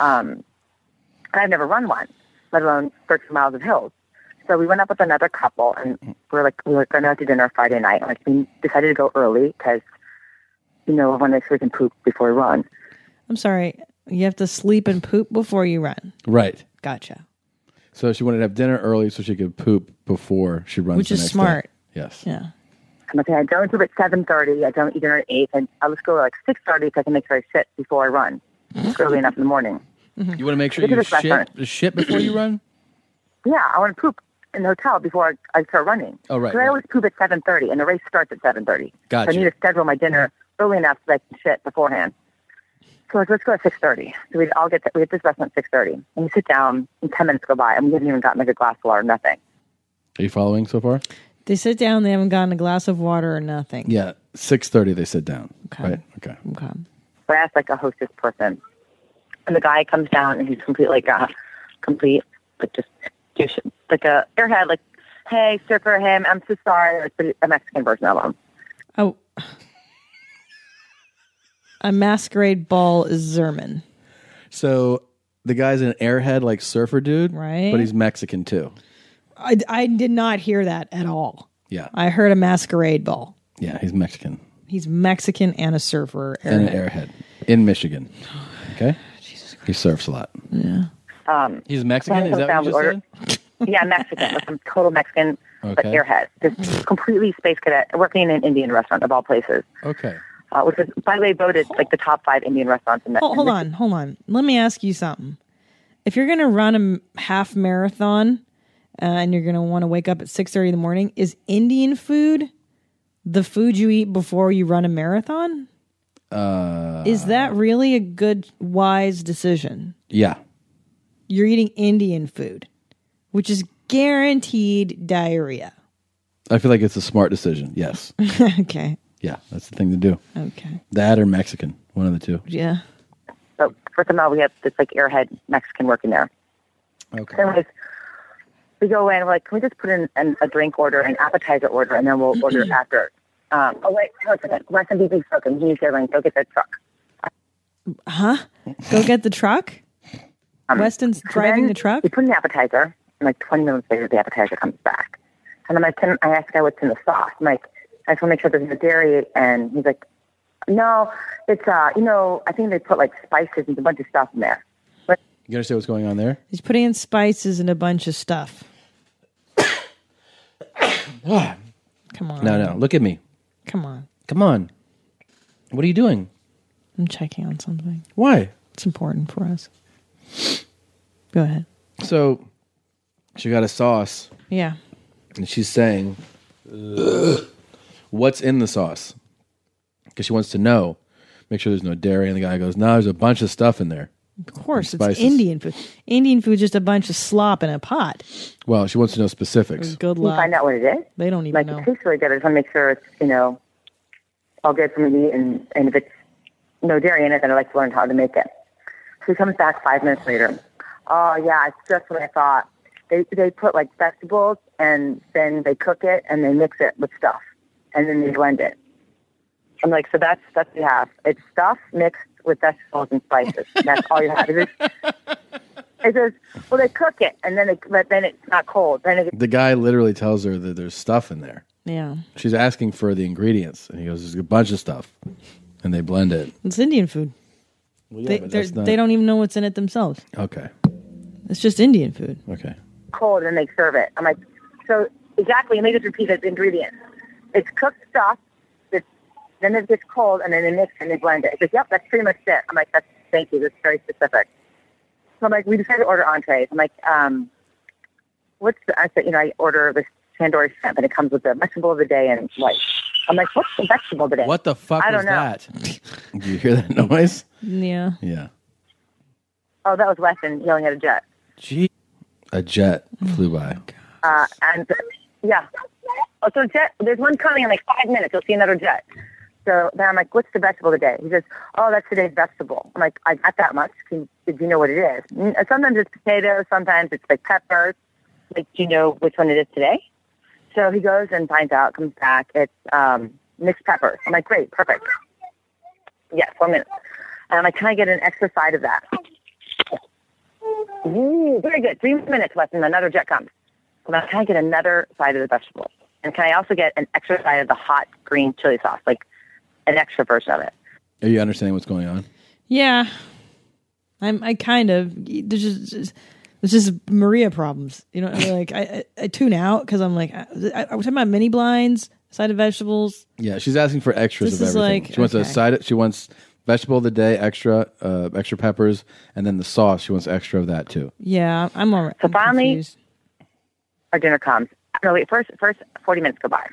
um, and I've never run one, let alone 13 miles of hills. So we went up with another couple, and we we're like, we were going out to dinner Friday night. Like we decided to go early because, you know, we want to make sure we can poop before we run.
I'm sorry. You have to sleep and poop before you run.
right.
Gotcha.
So she wanted to have dinner early so she could poop before she runs
Which
the
is
next
smart.
day. Yes.
Yeah.
I'm like, okay, I don't do it at 7.30. I don't eat dinner at 8. And I let's go at like 6.30 because I can make sure I shit before I run.
Mm-hmm.
early enough in the morning.
You want to make sure
Look at
you
this restaurant.
shit, shit before you run?
Yeah, I want to poop in the hotel before I, I start running.
Oh, right,
Because I
right.
always poop at 7.30 and the race starts at 7.30.
Gotcha.
So I need to schedule my dinner early enough so I can shit beforehand. So I was, let's go at 6.30. So we all get, to, we get this restaurant at 6.30. And we sit down and 10 minutes go by and we haven't even gotten like a glass of water, nothing.
Are you following so far?
They sit down. They haven't gotten a glass of water or nothing.
Yeah. 6:30 they sit down. Okay. Right. Okay.
Okay.
So I asked like a hostess person. And the guy comes down and he's complete like a complete like just douche like a airhead like, Hey, sir for him, I'm so sorry. It's pretty- a Mexican version of him.
Oh. A masquerade ball is Zerman.
So the guy's an airhead like surfer dude,
Right.
But he's Mexican too.
I, I did not hear that at all.
Yeah.
I heard a masquerade ball.
Yeah, he's Mexican
He's Mexican and a surfer.
and an airhead in Michigan. Okay. He surfs a lot.
Yeah.
Um
He's Mexican?
so
Is that what you
we
just
ordered- Yeah, Mexican. Like some total Mexican but
Okay.
airhead. Just completely space cadet working in an Indian restaurant of all places.
Okay.
Uh, which was by the way voted like the top five Indian restaurants in the
Hold, hold on, hold on. Let me ask you something. If you're going to run a m- half marathon uh, and you're going to want to wake up at 6:30 in the morning, is Indian food the food you eat before you run a marathon?
Uh,
is that really a good wise decision?
yeah.
You're eating Indian food, which is guaranteed diarrhea.
I feel like it's a smart decision. Yes.
okay.
Yeah, that's the thing to do.
Okay.
That or Mexican, one of the two.
Yeah.
So first of all, we have this like airhead Mexican working there.
Okay.
So anyways, we go in. We're like, can we just put in an, a drink order, an appetizer order, and then
Mm-hmm.
we'll order after? Um, oh wait, hold on a second. Western BB Spoken. You need to go get the truck.
Huh? Go get the truck?
Um,
Weston's
so
driving
then
the truck?
We put in the appetizer, and like 20 minutes later, the appetizer comes back. And I'm like, can, I asked the guy what's in the sauce. I'm like, I just want to make sure there's no dairy. And he's like, no, it's uh, you know, I think they put like spices and a bunch of stuff in there.
You understand what's going on there?
He's putting in spices and a bunch of stuff. Come on.
No, no. Look at me.
Come on.
Come on. What are you doing?
I'm checking on something.
Why?
It's important for us. Go ahead.
So she got a sauce
Yeah.
and she's saying, What's in the sauce? Because she wants to know. Make sure there's no dairy. And the guy goes, No, there's a bunch of stuff in there.
Of course,
And
it's
spices.
Indian food. Indian food is just a bunch of slop in a pot.
Well, she wants to know specifics.
Good
Can you
luck.
find out what it is?
They don't even
like
know.
it tastes really good. I just want to make sure it's you know all good for me to eat, and and if it's no dairy in it, then I'd like to learn how to make it. So he comes back five minutes later. Oh yeah, it's just what I thought. They they put like vegetables and then they cook it and they mix it with stuff and then they blend it. I'm like, so that's that's what you have. It's stuff mixed with vegetables and spices. And that's all you have. It says, it says, well, they cook it and then it, but then it's not cold. Then it,
The guy literally tells her that there's stuff in there.
Yeah.
She's asking for the ingredients, and he goes, "There's a bunch of stuff," and they blend it.
It's Indian food.
yeah,
they
but
they're-
that's not-
they don't even know what's in it themselves.
Okay,
It's just Indian food.
okay.
cold and they serve it. I'm like, so exactly. And they just repeat it, the ingredients. It's cooked stuff. It's, then it gets cold, and then they mix and they blend it. It's like, yep, that's pretty much it. I'm like, that's thank you. That's very specific. So I'm like, we decided to order entrees. I'm like, um, what's the? I said, you know, I order this tandoori shrimp, and it comes with the vegetable of the day and rice. I'm like, what's the vegetable of the day?
What the fuck
I
was
don't know.
that? Did you hear that noise?
Yeah.
Yeah.
Oh, that was Weston yelling at a jet.
Gee, a jet
Mm.
flew by.
Uh, and yeah. Oh, so jet, there's one coming in like five minutes. You'll see another jet. So then I'm like, what's the vegetable today? He says, oh, that's today's vegetable. I'm like, I got that much. Can, did you know what it is? Mm, Sometimes it's potato. Sometimes it's like peppers. Like, do you know which one it is today? So he goes and finds out, comes back. It's um, mixed peppers. I'm like, great, perfect. Yeah, four minutes. And I'm like, can I get an extra side of that? Ooh, very good. Three minutes left and another jet comes. Well, can I get another side of the vegetables? And can I also get an extra side of the hot green chili sauce, like an extra version of it?
Are you understanding what's going on?
Yeah. I'm I kind of there's just, just there's just Maria problems. You know, like I I, I tune out because I'm like I, I, I was talking about mini blinds, side of vegetables.
Yeah, she's asking for extras
This
of
is
everything.
like-
she wants a
okay.
side. She wants vegetable of the day, extra, uh, extra peppers, and then the sauce. She wants extra of that too.
Yeah, I'm all right.
So finally, our dinner comes. No, wait, first, first 40 minutes go by,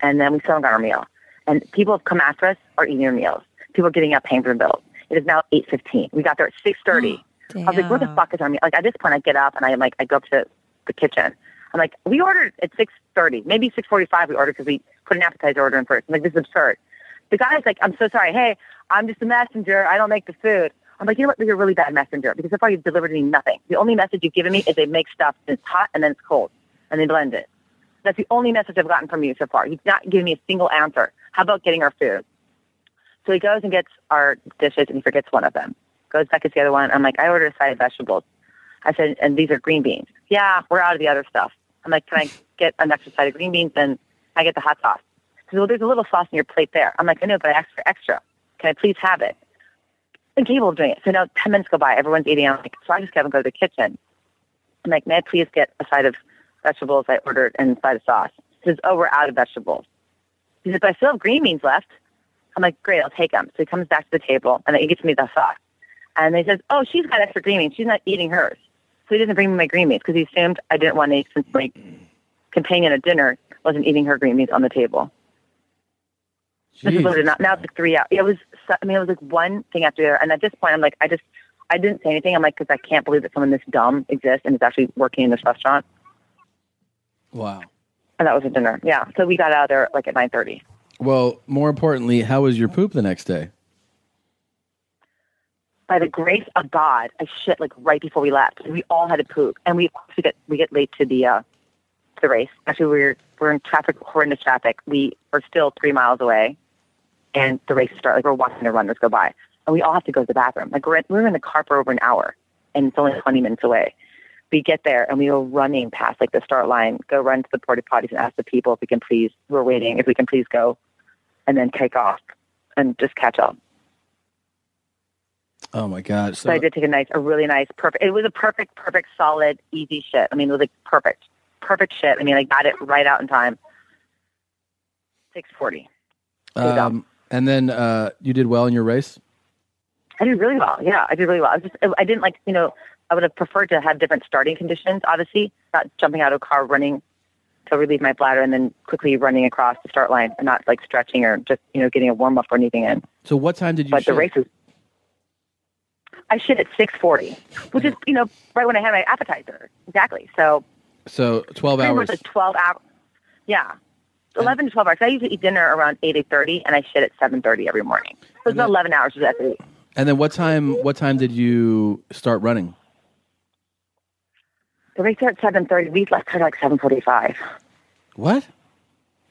and then we still haven't got our meal. And people have come after us are eating their meals. People are getting up paying for their bills. It is now 8.15. We got there at 6.30. I was like, where the fuck is our meal? Like, at this point, I get up, and I'm like, I go up to the kitchen. I'm like, we ordered at 6.30. Maybe 6.45 we ordered because we put an appetizer order in first. I'm like, this is absurd. The guy's like, I'm so sorry. Hey, I'm just a messenger. I don't make the food. I'm like, you know what? You're a really bad messenger because so far you've delivered me nothing. The only message you've given me is they make stuff that's hot and then it's cold and they blend it. That's the only message I've gotten from you so far. You've not given me a single answer. How about getting our food? So he goes and gets our dishes and he forgets one of them. Goes back gets the other one. I'm like, I ordered a side of vegetables. I said, and these are green beans. Yeah, we're out of the other stuff. I'm like, can I get an extra side of green beans and I get the hot sauce? He says, well, there's a little sauce in your plate there. I'm like, I know, but I asked for extra. Can I please have it? Incapable of doing it. So now 10 minutes go by. Everyone's eating. I'm like, so I just haven't go to the kitchen. I'm like, may I please get a side of vegetables I ordered and a side of sauce? He says, oh, we're out of vegetables. He says, but I still have green beans left. I'm like, great, I'll take them. So he comes back to the table and he gets me the sauce. And he says, oh, she's got extra green beans. She's not eating hers. So he doesn't bring me my green beans because he assumed I didn't want to eat since my companion at dinner wasn't eating her green beans on the table. This is loaded up. Now it's like three hours. It was, so- I mean, it was like one thing after the other. And at this point, I'm like, I just, I didn't say anything. I'm like, because I can't believe that someone this dumb exists and is actually working in this restaurant.
Wow.
And that was a dinner. Yeah. So we got out of there like at 9.30.
Well, more importantly, how was your poop the next day?
By the grace of God, I shit like right before we left. We all had to poop. And we, we get, we get late to the, uh, to the race. Actually, we're, we're in traffic, horrendous traffic. We are still three miles away. and the races start. Like we're watching the runners go by, and we all have to go to the bathroom. Like we're in, we're in the car for over an hour, and it's only 20 minutes away. We get there and we go running past like the start line, go run to the porta potties and ask the people if we can please. We're waiting if we can please go, and then take off and just catch up.
Oh my god!
So, I did take a nice, a really nice, perfect. It was a perfect, perfect, solid, easy shit. I mean, it was like perfect, perfect shit. I mean, I got it right out in time. 6:40.
Um, and then uh, you did well in your race.
I did really well. Yeah, I did really well. I was just, I didn't like, you know, I would have preferred to have different starting conditions, obviously, not jumping out of a car, running to relieve my bladder, and then quickly running across the start line and not like stretching or just, you know, getting a warm up or anything in.
So what time did you?
But the
shit?
race was, I shit at 640, which is, you know, right when I had my appetizer. Exactly. So
So twelve
pretty
hours.
much like 12 hours. Yeah. 11 to 12 hours. I usually eat dinner around 8, 8.30, and I shit at 7.30 every morning. So it's 11 hours of that week.
And then what time? What time did you start running?
It So they start at seven thirty. We left her like seven forty-five.
What?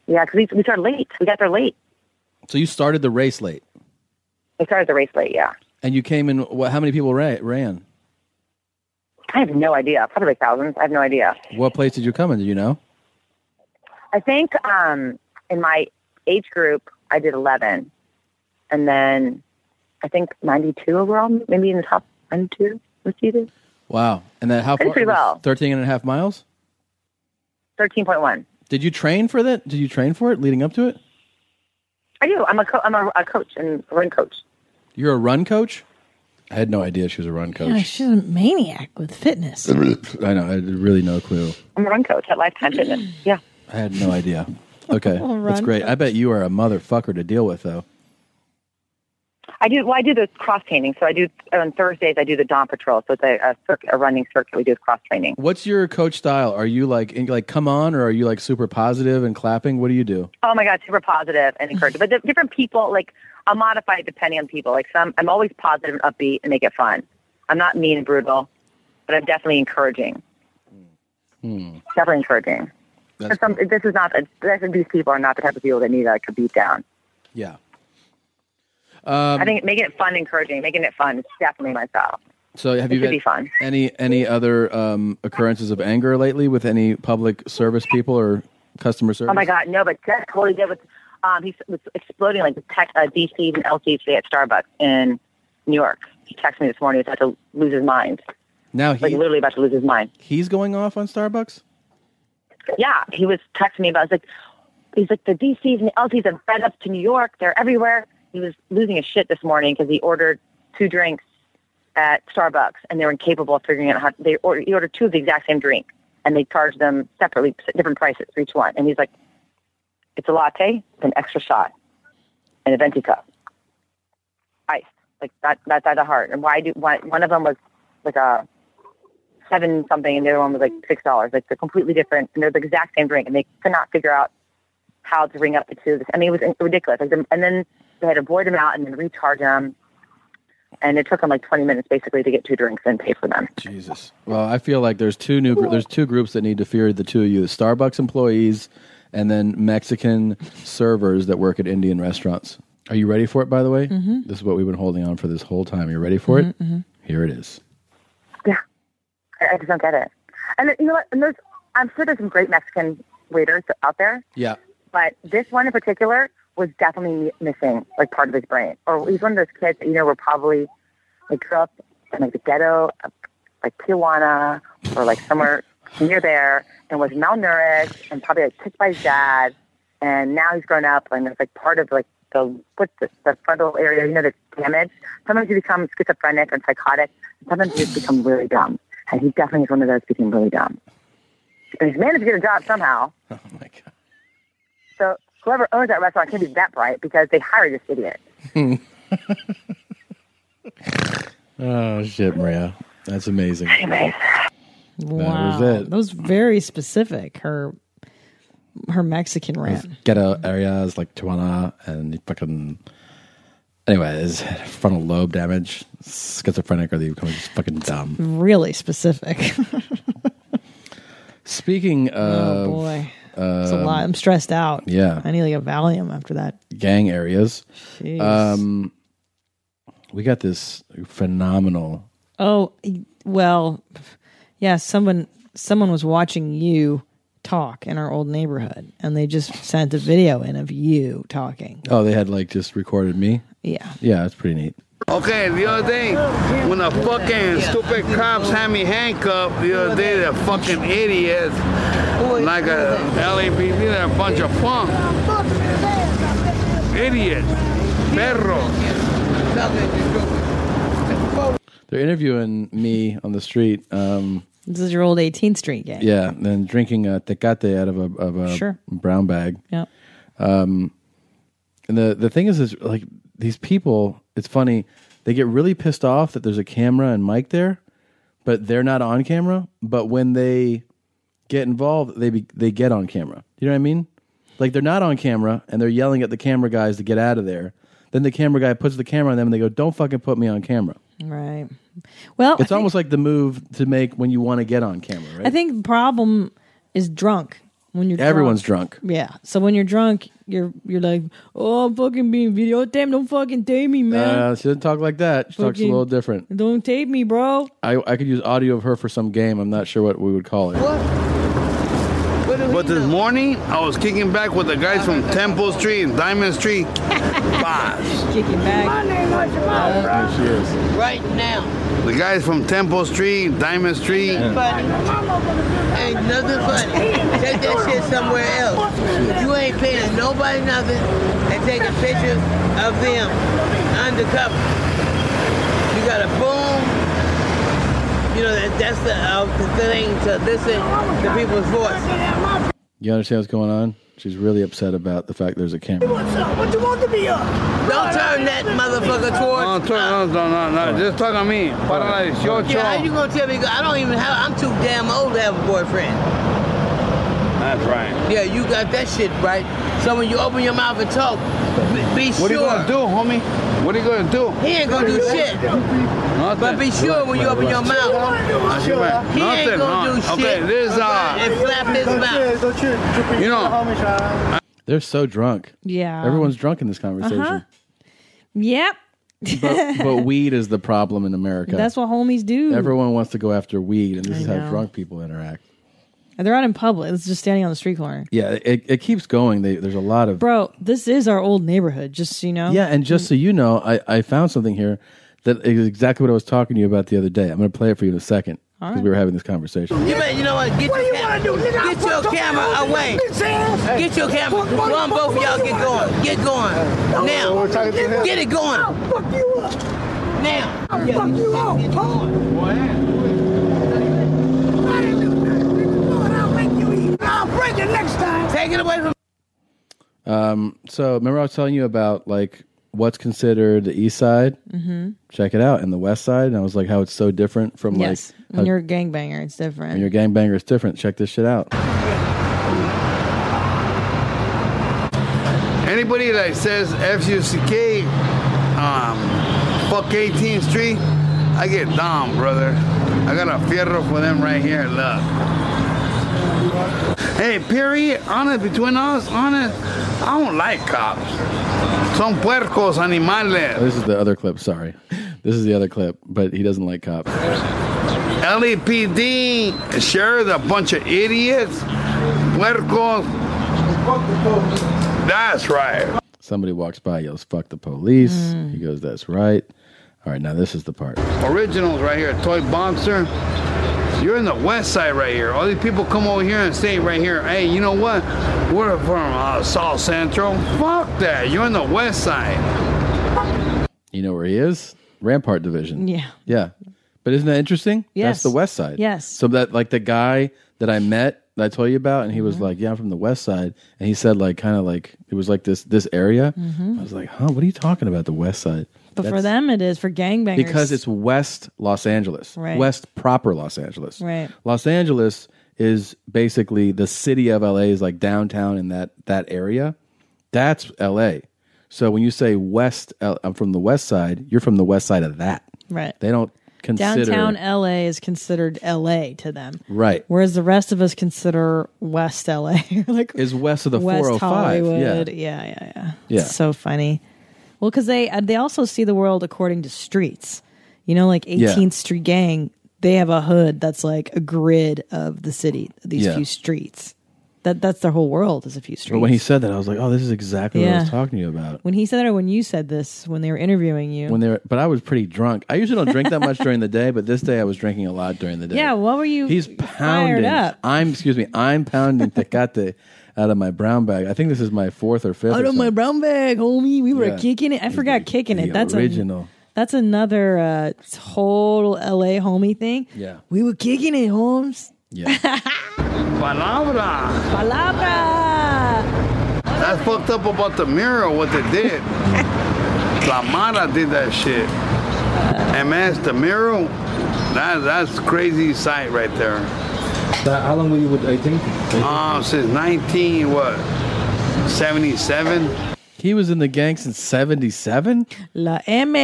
Yeah, because we, we started late. We got there late.
So you started the race late,
We started the race late. Yeah,
and you came in. What? How many people ra- ran?
I have no idea. Probably like thousands. I have no idea.
What place did you come in? Do you know?
I think um, in my age group, I did eleven, and then I think ninety-two overall, maybe in the top ninety-two was seated.
Wow. And then how
I did
far?
pretty
it was
well.
13 and a half miles.
Thirteen point one.
Did you train for that? Did you train for it leading up to it?
I do. I'm a co- I'm a, a coach and a run coach.
You're a run coach. I had no idea she was a run
Yeah,
coach.
she's a maniac with fitness.
I know. I had really no clue.
I'm a run coach at Lifetime Fitness. Yeah.
I had no idea. Okay,
Run
that's great. I
coach.
bet you are a motherfucker to deal with, though.
I do. Well, I do the cross training. So I do on Thursdays. I do the dawn patrol. So it's a, a, circuit, a running circuit. We do cross training.
What's your coach style? Are you like in, like come on, or are you like super positive and clapping? What do you do?
Oh my god, super positive and encouraging. But the different people, like I'll modify it depending on people. Like some, I'm always positive and upbeat and make it fun. I'm not mean and brutal, but I'm definitely encouraging. Definitely encouraging.
Hmm. That's
And some, this is not. this- These people are not the type of people that need like, a beat down.
Yeah. Um,
I think making it fun, encouraging, making it fun is definitely my style.
so. Have
it
you
should
had
be fun.
any any other um, occurrences of anger lately with any public service people or customer service?
Oh my God, no! But Jeff totally did with. Um, he was exploding like the tech, uh, DCs and LCs at Starbucks in New York. He texted me this morning. He's about to lose his mind.
Now
like literally about to lose his mind.
He's going off on Starbucks.
Yeah, he was texting me about. It's like he's like the DCs and the LCs have fed up to New York. They're everywhere. He was losing his shit this morning because he ordered two drinks at Starbucks and they were incapable of figuring out how they ordered. He ordered two of the exact same drink and they charged them separately, different prices for each one. And he's like, "It's a latte, with an extra shot, and a venti cup, ice." Like that. That's at the heart. And why do why, one of them was like a seven something and the other one was like six dollars. Like they're completely different and they're the exact same drink and they could not figure out how to bring up the two. I mean, it was ridiculous. Like, the- and then they had to board them out and then recharge them. And it took them like 20 minutes basically to get two drinks and pay for them.
Jesus. Well, I feel like there's two new gr- there's two groups that need to fear the two of you: the Starbucks employees and then Mexican servers that work at Indian restaurants. Are you ready for it? By the way,
Mhm.
this is what we've been holding on for this whole time. You ready for it? Here it is.
I, I just don't get it. And you know what? And there's, I'm sure there's some great Mexican waiters out there,
Yeah.
but this one in particular was definitely mi- missing like part of his brain. Or he's one of those kids that, you know, were probably like grew up in like the ghetto, of, like Tijuana or like somewhere near there and was malnourished and probably like kicked by his dad. And now he's grown up and it's like part of like the, what's the, the frontal area, you know, that's damaged. Sometimes you become schizophrenic and psychotic. And sometimes you just become really dumb. And he definitely is one of those became really dumb. And he's managed to get a job somehow.
Oh
So whoever owns that restaurant can't be that bright because they hired this idiot.
Oh shit, Maria. That's amazing.
Anyways.
Wow.
That was it.
That was very specific. Her her Mexican rant.
Ghetto areas like Tijuana and fucking. Anyways, frontal lobe damage, schizophrenic, or they become just fucking dumb.
Really specific. Oh,
Speaking of, um,
boy. It's a lot. I'm stressed out.
yeah.
I need like a Valium after that.
gang areas.
Jeez.
Um, we got this phenomenal.
Oh, y- well, yeah, someone someone was watching you talk in our old neighborhood and they just sent a video in of you talking.
Oh, they had like just recorded me.
Yeah.
Yeah, it's pretty neat.
Okay, the other day, when the fucking stupid cops had me handcuffed, the other day, the fucking idiots, like a LAPD, they're a bunch of punk. Idiots. Perros.
They're interviewing me on the street. Um,
This is your old 18th Street gang.
yeah, and then drinking a tecate out of a of a
Sure.
brown bag.
Yeah.
Um, and the the thing is, is like these people. It's funny. They get really pissed off that there's a camera and mic there, but they're not on camera. But when they get involved, they be, they get on camera. You know what I mean? Like they're not on camera and they're yelling at the camera guys to get out of there. Then the camera guy puts the camera on them and they go, "Don't fucking put me on camera."
Right. Well,
it's almost like the move to make when you want to get on camera, right?
I think the problem is drunk when you're
Everyone's drunk.
Yeah. So when you're drunk, you're you're like, oh, I'm fucking being video. Damn, don't fucking tape me, man.
Uh, she doesn't talk like that. She talks a
Fucking-
little different.
don't tape me, bro.
I, I could use audio of her for some game. I'm not sure what we would call it.
But this morning, I was kicking back with the guys from Temple Street and Diamond Street. Boss.
Kicking back.
My name was Jamal, bro.
she is.
Right now.
The guys from Temple Street, Diamond Street.
Funny. Ain't nothing funny. Take that shit somewhere else. You ain't paying nobody nothing and taking pictures of them undercover. You got a boom. You know, that, that's the, uh, the thing to listen to people's voice.
You understand what's going on? She's really upset about the fact there's a camera.
What's up? What you want to be up? Don't turn that motherfucker towards.
No, no, no, no, no. Just talk on me. Para la 18.
Yeah, how you gonna tell me? I don't even have. I'm too damn old to have a boyfriend.
That's right.
Yeah, you got that shit right. So when you open your mouth and talk, be, be sure.
What are you gonna do, homie? What are you gonna do?
He ain't gonna do shit.
Nothing.
But be sure when you open your mouth.
Nothing, man.
He
Nothing,
ain't gonna do
no.
shit.
Okay, this, uh,
And flap his mouth.
You know,
They're so drunk.
Yeah.
Everyone's drunk in this conversation.
Uh-huh. Yep.
But, but weed is the problem in America.
That's what homies do.
Everyone wants to go after weed, and this
I
is
know.
how drunk people interact.
They're out in public. It's just standing on the street corner.
Yeah, it, it keeps going. They, there's a lot of
Bro, this is our old neighborhood, just so you know.
Yeah, and just so you know, I, I found something here that is exactly what I was talking to you about the other day. I'm going to play it for you in a second
All
because
right.
we were having this conversation.
You bet, you know what? Get what your do you want to do, nigga? Get your camera away. Get your camera. One, both of y'all get going. Get going. Now. Get it going. fuck you up. Now. I'll fuck you up, I'll break it next time. Take it away from
Um, so remember I was telling you about like what's considered the East Side.
Mhm.
Check it out, and the West Side. And I was like, how it's so different from
yes.
like
when
how-
you're a gangbanger, it's different.
when your gangbanger is different. Check this shit out. Oh,
anybody that says FUCK, um, fuck 18th Street, I get down, brother. I got a fierro for them right here. Look. Hey, period. Honest, between us, honest, I don't like cops. Son puercos, animales.
Oh, this is the other clip. Sorry, this is the other clip. But he doesn't like cops.
E LAPD shares a bunch of idiots, puercos. That's right.
Somebody walks by, yells "fuck the police."
Mm.
He goes, "That's right." All right, now this is the part.
Originals right here, Toy Boxer. You're in the west side right here. All these people come over here and say right here, hey, you know what? We're from uh, South Central. Fuck that. You're in the west side.
You know where he is? Rampart Division.
Yeah.
Yeah. But isn't that interesting?
Yes.
That's the West Side.
Yes.
So that like the guy that I met that I told you about, and he
Mm-hmm.
was like, "Yeah, I'm from the West Side," and he said like kind of like it was like this this area.
Mm-hmm.
I was like, "Huh? What are you talking about? The West Side?"
But for
That's-
them, it is. For gangbangers.
because it's West Los Angeles,
Right.
West proper Los Angeles.
Right.
Los Angeles is basically the city of LA is like downtown in that that area. That's LA. So when you say West, L- I'm from the West Side. You're from the West Side of that.
Right.
They don't consider
Downtown LA is considered LA to them.
right.
Whereas the rest of us consider West LA. like
Is west of the
West
405.
Hollywood.
Yeah.
Yeah, yeah, yeah.
Yeah.
It's so funny. Well, because they uh, they also see the world according to streets. You know, like 18th
Yeah.
Street Gang, they have a hood that's like a grid of the city. These
Yeah.
few streets. That that's their whole world is a few streets.
But when he said that, I was like, "Oh, this is exactly what I was
Yeah.
talking to you about."
when he said that, or when you said this, when they were interviewing you,
When they were, but I was pretty drunk. I usually don't drink that much during the day, but this day I was drinking a lot during the day.
yeah, what were you?
He's pounding.
fired up.
I'm excuse me. I'm pounding Tecate out of my brown bag. I think this is my fourth or fifth.
out
or
of my
something.
brown bag, homie. We were
Yeah.
kicking it. I forgot kicking it.
The
That's a
original.
That's another uh, total LA homie thing.
Yeah.
We were kicking it, Holmes.
Palabra.
Palabra.
That's fucked up about the mirror, what they did. La Mara did that shit. And man, the mirror, that, that's crazy sight right there.
how long were you with 18?
Um, since 19, what, 77?
He was in the gang since '77.
La M.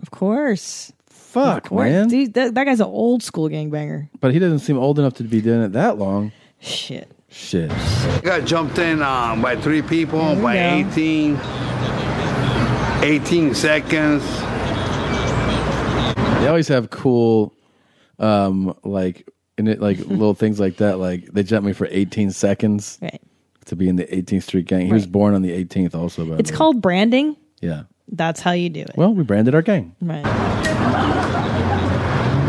Of course.
Fuck,
Or-
man.
Dude, that, that guy's an old school gangbanger.
But he doesn't seem old enough to be doing it that long.
Shit.
Shit.
I got jumped in um, by three people by 18, 18 seconds.
They always have cool, um, like in it, like little things like that. Like they jumped me for 18 seconds to be in the 18th Street Gang. He was born on the 18th, also. By the
It's
way.
called branding.
Yeah.
That's how you do it.
Well, we branded our gang.
Right.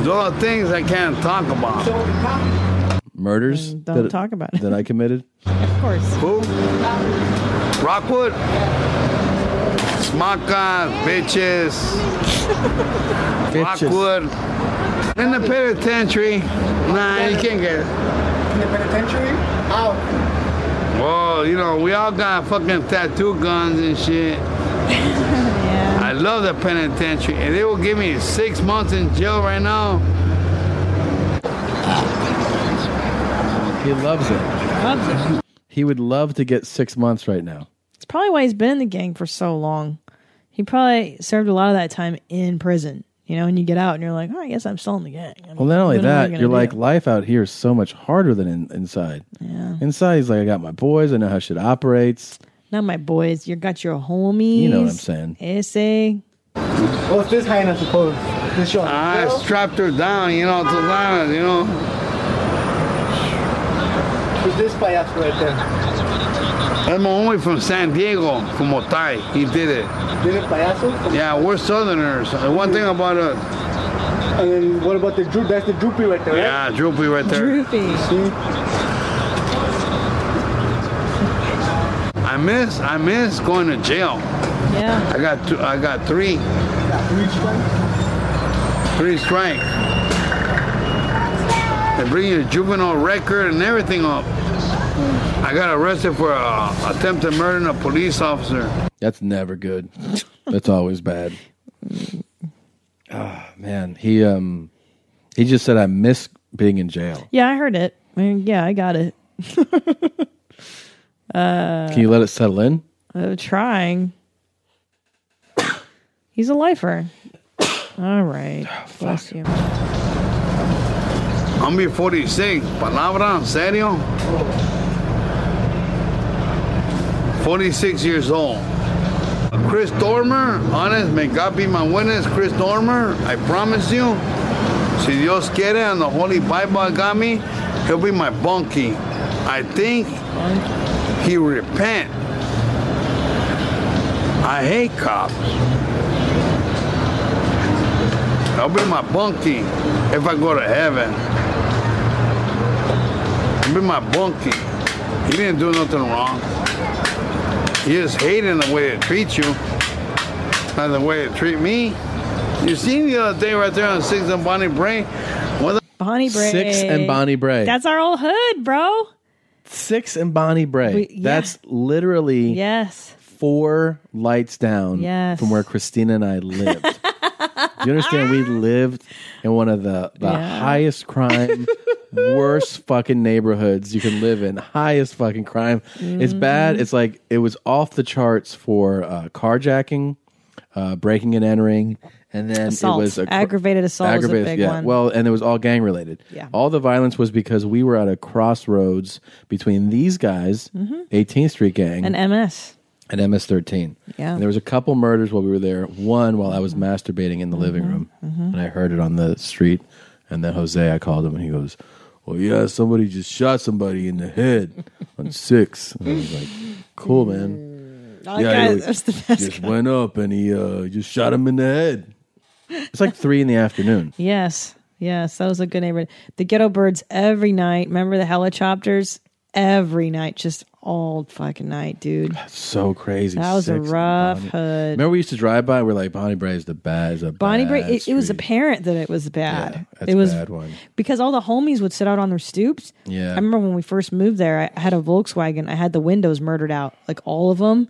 Those are things I can't talk about.
Murders.
don't
that-
talk about it.
That I committed.
Of
course.
Who? Rockwood? Smaka, bitches. Rockwood. In the penitentiary. Nah, you can't get it.
In the penitentiary? Out.
Well, you know, we all got fucking tattoo guns and shit. I love the penitentiary. And they will give me six months in jail right now.
He loves it. He would love to get six months right now.
It's probably why he's been in the gang for so long. He probably served a lot of that time in prison, you know, and you get out and you're like, oh, I guess I'm still in the gang.
Well, not only
What am I
that,
gonna
you're
do?
like life out here is so much harder than in, inside.
Yeah.
Inside, he's like, I got my boys. I know how shit operates.
Not my boys. You got your homies.
You know what I'm saying.
Essay.
What's this hanging, I suppose? This your I strapped her down, you know, to Lana, you know. Who's this payaso right there? That's my homie from San Diego, from Otay. He did it. Did it payaso? Yeah, we're Southerners. And One thing about us. And then what about the droop? That's the droopy right there, Yeah, droopy right there.
Droopy.
I miss, I miss going to jail.
Yeah.
I got, two, I got three. Three strike. They bring your juvenile record and everything up. I got arrested for uh, attempted murder of a police officer.
That's never good. That's always bad. Ah, man. He um he just said I miss being in jail.
Yeah, I heard it. I mean, yeah, I got it. uh,
Can you let it settle in?
I'm trying. He's a lifer. All right.
Oh,
Bless you.
I'm be 46. Palabra, en serio? 46 years old. Chris Dormer, honest, may God be my witness. Chris Dormer, I promise you, si Dios quiere and the Holy Bible got me, he'll be my bunkie. I think he repent. I hate cops. I'll be my bunkie if I go to heaven. I'll be my bunkie. He didn't do nothing wrong. He just hating the way they treat you, not the way they treat me. You seen the other day right there on Six and Bonnie Bray? What the
Bonnie Bray.
Six and Bonnie Bray.
That's our old hood, bro.
Six and Bonnie Bray.
We- yeah.
That's literally
Yes.
four lights down
Yes.
from where Christina and I lived. Do you understand? We lived in one of the, the
Yeah.
highest crime, worst fucking neighborhoods you can live in. Highest fucking crime. It's
Mm.
bad. It's like it was off the charts for uh, carjacking, uh, breaking and entering, and then
Assault.
it was a,
Aggravated assault was a big
yeah.
one.
Well, and it was all gang related.
Yeah.
All the violence was because we were at a crossroads between these guys,
Mm-hmm.
18th Street Gang,
An MS.
and MS13.
Yeah. Mm-hmm.
And there was a couple murders while we were there. One while I was masturbating in the living room, and I heard it on the street. And then Jose, I called him, and he goes, "Well, yeah, somebody just shot somebody in the head on six. And I was like, "Cool, man."
Oh, yeah,
he
that's the best
Just went up and he uh, just shot him in the head. It's like three in the afternoon.
Yes. Yes. That was a good neighborhood. The ghetto birds every night. Remember the helicopters? Every night. Just all fucking night, dude.
So crazy.
That was a
Six and
rough
Bonnie-
hood.
Remember, we used to drive by. and We're like, Bonnie Bray is the bad. Is a
Bonnie
bad
Bray, it, it was
street."
apparent that it was bad.
That's
it was
a bad one.
because all the homies would sit out on their stoops.
Yeah.
I remember when we first moved there, I had a Volkswagen. I had the windows murdered out, like all of them.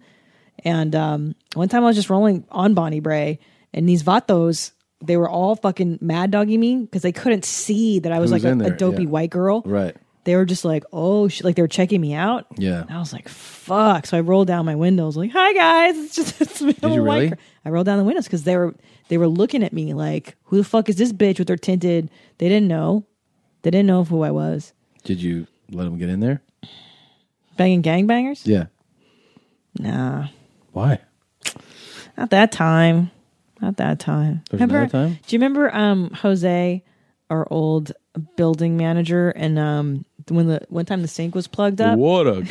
And um, one time I was just rolling on Bonnie Bray, and these vatos, they were all fucking mad dogging me because they couldn't see that I was
Who was
like
in
a, a
there?
dopey
Yeah.
white girl.
Right.
they were just like, oh, sh-, like they were checking me out.
Yeah.
And I was like, fuck. So I rolled down my windows, like, hi guys. It's just it's me. I'm
you
a white
really?
girl. I rolled down the windows because they were they were looking at me like, who the fuck is this bitch with her tinted? They didn't know. They didn't know who I was.
Did you let him get in there?
Banging gangbangers?
Yeah.
Nah.
Why?
Not that time. Not that time.
There's another time?
Do you remember um Jose, our old building manager, and um when the one time the sink was plugged up?
What a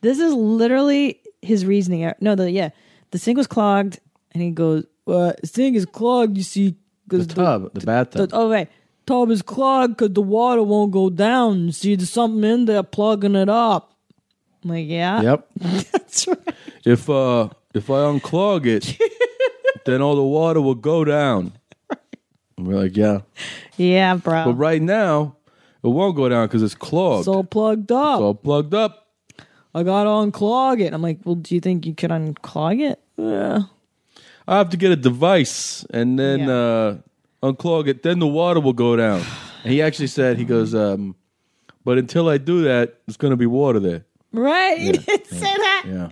This is literally his reasoning. Uh, No, the yeah, the sink was clogged, and he goes, "Well, the sink is clogged. You see, because
the tub, the bathtub.
the- oh wait, tub is clogged because the water won't go down. You see, there's something in there plugging it up." I'm like, yeah,
Yep.
that's right.
If uh if I unclog it, then all the water will go down. And we're like, yeah.
Yeah, bro.
But right now, it won't go down because it's clogged.
It's all plugged up.
It's all plugged up.
I gotta unclog it. I'm like, well, do you think you could unclog it? Yeah.
I have to get a device and then uh, unclog it. Then the water will go down. And he actually said, he goes, um, but until I do that, there's going to be water there.
Right? He
Yeah,
didn't say that.
Yeah.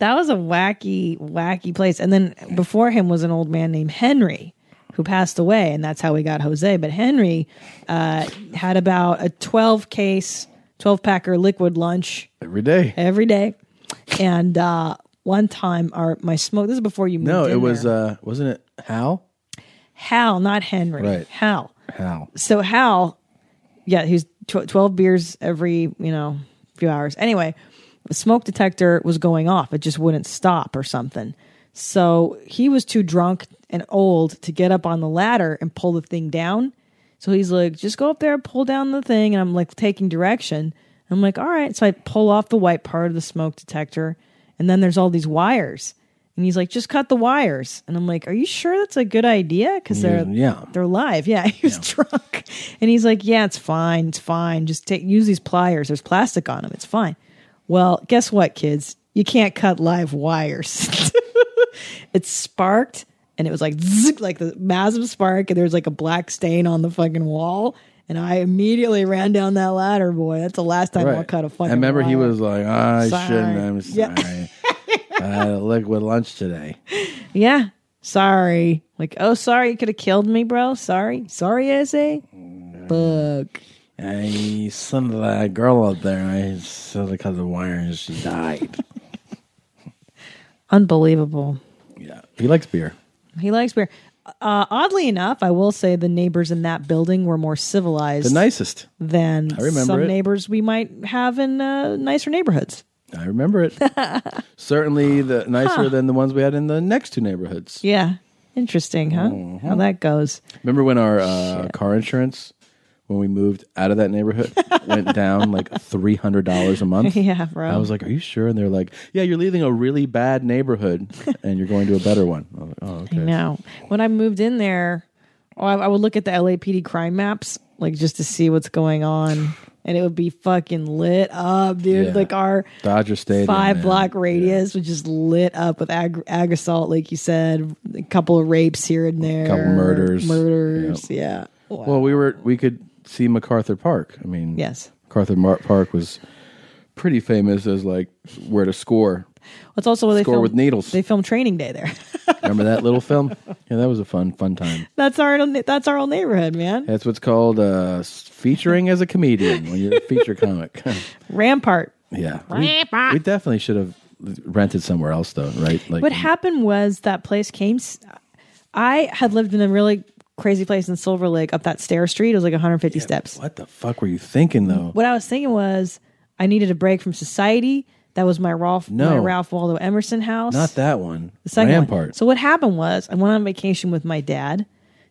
That was a wacky, wacky place. And then before him was an old man named Henry who passed away, and that's how we got Jose. But Henry uh, had about a 12 case, 12 packer liquid lunch
Every day.
every day. And uh, one time, our my smoke, this is before you moved
No,
in
it was,
there.
uh, wasn't it Hal?
Hal, not Henry.
Right.
Hal.
Hal.
so Hal, yeah, he's tw- twelve beers every you know few hours. Anyway, the smoke detector was going off; it just wouldn't stop or something. So he was too drunk and old to get up on the ladder and pull the thing down. So he's like, "Just go up there, pull down the thing," and I'm like taking direction. I'm like, "All right." So I pull off the white part of the smoke detector, and then there's all these wires. And he's like, just cut the wires. And I'm like, are you sure that's a good idea? Because
Yeah,
they're
yeah.
they're live. Yeah, he was drunk, and he's like, "Yeah, it's fine. It's fine. Just take use these pliers. There's plastic on them. It's fine." Well, guess what, kids? You can't cut live wires. it sparked, and it was like zzz, like the massive spark, and there was like a black stain on the fucking wall. And I immediately ran down that ladder, boy. That's the last time I'll
Right.
cut a fucking.
I remember he
wire.
was like, I
Sorry.
shouldn't. I'm
Yeah.
sorry. I had a liquid lunch today.
Yeah. Sorry. Like, oh, sorry, you could have killed me, bro. Sorry. Sorry, SA. Fuck.
I sent that girl out there. I saw the cut the wire and she died.
Unbelievable.
he likes beer.
He likes beer. Uh, oddly enough, I will say the neighbors in that building were more civilized
The nicest.
than
I remember
some
it.
neighbors we might have in uh, nicer neighborhoods.
I remember it. Certainly the nicer
Huh.
than the ones we had in the next two neighborhoods.
Yeah. Interesting, huh?
Uh-huh.
How that goes.
Remember when our uh, car insurance, when we moved out of that neighborhood, went down like three hundred dollars a month.
Yeah, bro.
I was like, "Are you sure?" And they're like, "Yeah, you're leaving a really bad neighborhood, and you're going to a better one." I was like, "Oh, okay."
I know. When I moved in there, oh, I, I would look at the LAPD crime maps, like just to see what's going on. And it would be fucking lit up, dude.
Yeah.
Like our
Dodger Stadium,
five
man.
block radius was just lit up with ag- ag assault, like you said, a couple of rapes here and there,
couple murders.
murders, yeah.
Well, we were we could see MacArthur Park. I mean,
Yes.
MacArthur Mar- Park was pretty famous as like where to score.
That's also where they
Score
film,
with needles.
They film Training Day there.
Remember that little film? Yeah, that was a fun fun time.
that's our that's our old neighborhood, man.
That's what's called uh, s- featuring as a comedian when you're a feature comic.
Rampart.
yeah, we, we definitely should have rented somewhere else though, right? Like
what happened was that place came. s- I had lived in a really crazy place in Silver Lake up that stair street. It was like 150 steps.
What the fuck were you thinking though?
What I was thinking was I needed a break from society. That was my Ralph,
No.
my Ralph Waldo Emerson house.
Not that one.
The second one.
Rampart.
So what happened was I went on vacation with my dad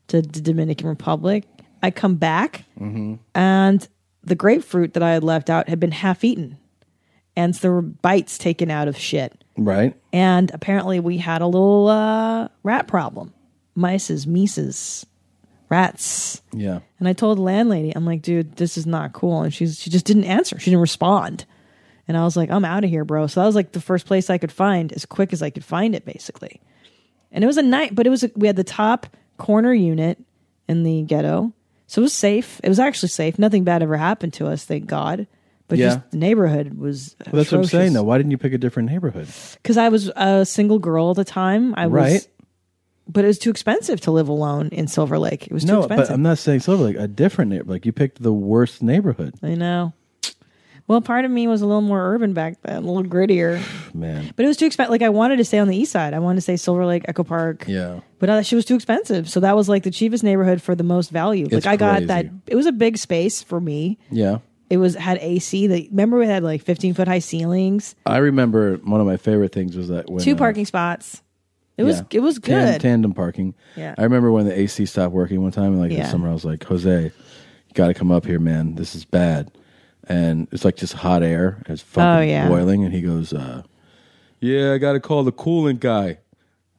to the Dominican Republic. I come back
Mm-hmm.
and the grapefruit that I had left out had been half eaten. And so there were bites taken out of shit.
Right.
And apparently we had a little uh, rat problem. Mices, mices, rats.
Yeah.
And I told the landlady, I'm like, dude, this is not cool. And she's she just didn't answer. She didn't respond. And I was like, I'm out of here, bro. So that was like the first place I could find as quick as I could find it, basically. And it was a night, but it was a, we had the top corner unit in the ghetto. So it was safe. It was actually safe. Nothing bad ever happened to us, thank God. But
Yeah.
just the neighborhood was.
Well, that's what I'm saying though. Why didn't you pick a different neighborhood?
Because I was a single girl at the time. I was.
Right.
But it was too expensive to live alone in Silver Lake. It was too
no,
expensive.
but um, I'm not saying Silver Lake. A different neighborhood. Like you picked the worst neighborhood.
I know. Well, part of me was a little more urban back then, a little grittier.
Man.
But it was too expensive. Like I wanted to stay on the east side. I wanted to stay Silver Lake, Echo Park.
Yeah.
But all that shit was too expensive. So that was like the cheapest neighborhood for the most value.
It's
like I got
crazy.
that. It was a big space for me.
Yeah.
It was had AC. The, remember we had like 15 foot high ceilings,
I remember one of my favorite things was that when
two
uh,
parking spots. It was
yeah.
it was
Tan-
good.
tandem parking.
Yeah.
I remember when the AC stopped working one time, and like in the
Yeah.
summer, I was like, Jose, you got to come up here, man. This is bad. And it's like just hot air. It's fucking
Oh, yeah.
boiling. And he goes, uh, Yeah, I got to call the coolant guy.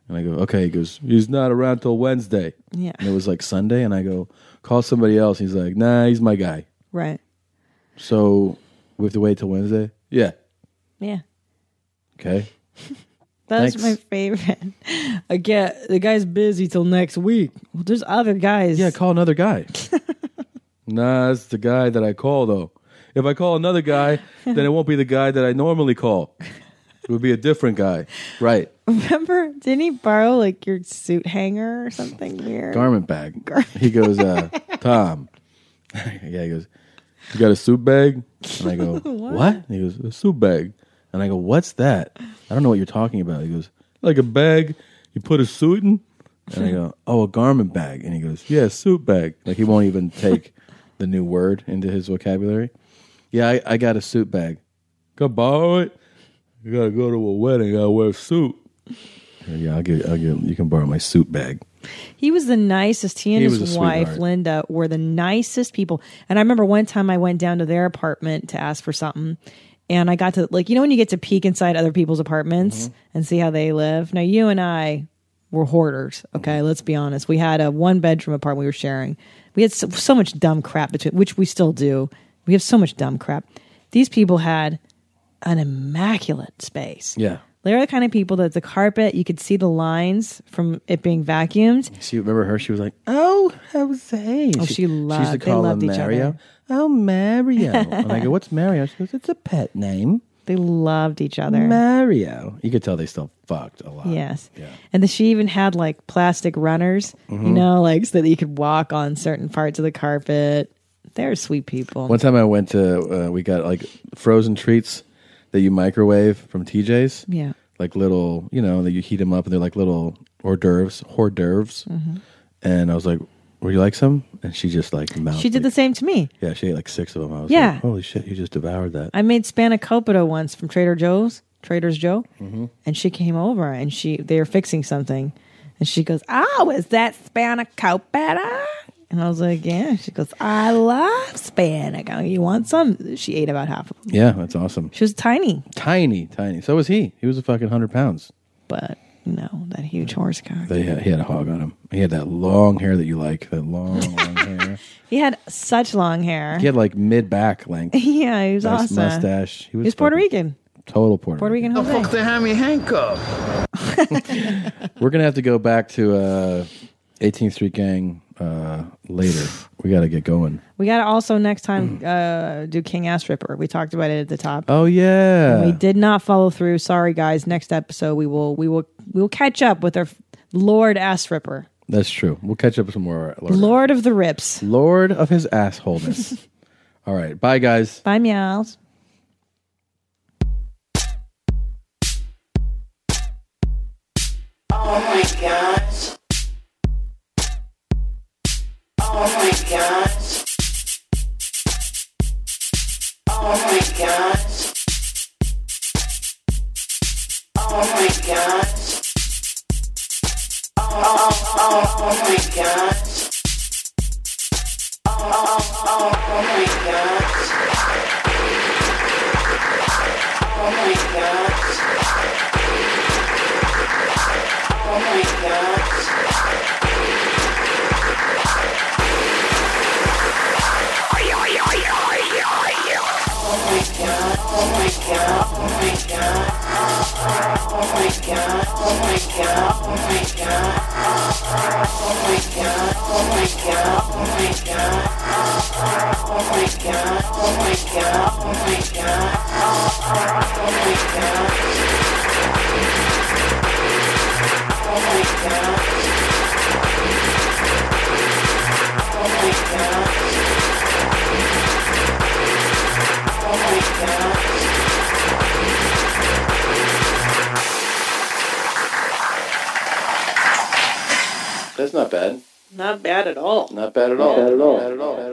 And I go, Okay. He goes, He's not around till Wednesday.
Yeah.
And it was like Sunday. And I go, Call somebody else. He's like, Nah, he's my guy.
Right.
So we have to wait till Wednesday? Yeah.
Yeah.
Okay.
That was
Thanks.
my favorite. I get the guy's busy till next week. Well, there's other guys. Yeah,
call another guy. Nah, that's the guy that I call though. If I call another guy, then it won't be the guy that I normally call. It would be a different guy. Right.
Remember, didn't he borrow like your suit hanger or something weird?
Garment bag. He goes, uh, Tom. yeah, he goes, You got a suit bag? And I go,
What?
What? And he goes, A suit bag. And I go, What's that? I don't know what you're talking about. He goes, Like a bag you put a suit in? And I go, Oh, a garment bag. And he goes, Yeah, suit bag. Like he won't even take the new word into his vocabulary. Yeah, I, I got a suit bag. Go borrow it. You gotta go to a wedding, you gotta wear a suit. Yeah, I'll get, I'll get, you can borrow my suit bag.
He was the nicest. He and
He was
his
a
wife,
sweetheart.
Linda, were the nicest people. And I remember one time I went down to their apartment to ask for something. And I got to, like, you know, when you get to peek inside other people's apartments
Mm-hmm.
and see how they live. Now, you and I were hoarders. Okay.
Mm-hmm.
Let's be honest. We had a one bedroom apartment we were sharing. We had so, so much dumb crap between, which we still do. We have so much dumb crap. These people had an immaculate space.
Yeah.
They're the kind of people that the carpet, you could see the lines from it being vacuumed.
She remember her? She was like,
Oh, Jose. Oh, she,
She used to
loved, they
call
loved
him
each
Mario.
other. Oh, Mario.
and I go, "What's Mario?" She goes, "It's a pet name."
They loved each other.
Mario. You could tell they still fucked a lot.
Yes. And then she even had like plastic runners, you
Mhm.
know, like so that you could walk on certain parts of the carpet. They're sweet people.
One time I went to, uh, we got like frozen treats that you microwave from TJ's.
Yeah.
Like little, you know, that you heat them up and they're like little hors d'oeuvres, hors d'oeuvres.
Mhm.
And I was like, "Would you like some?" And she just like mouthed.
She did the same to me.
yeah, she ate like six of them. I was
Yeah.
like, "Holy shit, you just devoured that."
I made spanakopita once from Trader Joe's, Trader's Joe,
Mhm.
and she came over and she they were fixing something, and she goes, "Oh, is that spanakopita?" And I was like, "Yeah." She goes, "I love spanakopita. You want some?" She ate about half of them.
Yeah, that's awesome.
She was tiny,
tiny, tiny. So was he. He was a fucking hundred pounds.
But you know that huge horse cock.
They had, he had a hog on him. He had that long hair that you like. That long, long hair.
He had such long hair.
He had like mid back length.
yeah, he was
nice
awesome.
mustache. He
He was,
was,
Puerto Rican.
total Puerto.
Puerto Rican.
The
Jose.
fuck they had me handcuffed?
Rican. We're gonna have to go back to uh, 18th Street Gang uh, later. we got to get going.
We got to also next time uh, do King Ass Ripper. We talked about it at the top.
Mm. Oh yeah.
And we did not follow through. Sorry, guys. Next episode, we will we will we will catch up with our f- Lord Ass Ripper,
That's true. We'll catch up with some more. uh, Lord,
Lord of the Rips.
Mm. Lord of his assholeness. All right. Bye, guys.
Bye, meows.
Oh my gosh. Oh my gosh. Oh my gosh. Oh my gosh. Oh, oh, oh, oh my gosh. Oh, oh, oh, oh my gosh. Oh my gosh. Oh my gosh. Oh my god. Oh my god. Oh my god. Oh my god. Oh my god.
That's not bad.
Not bad at all.
Not bad at all. Not bad at all.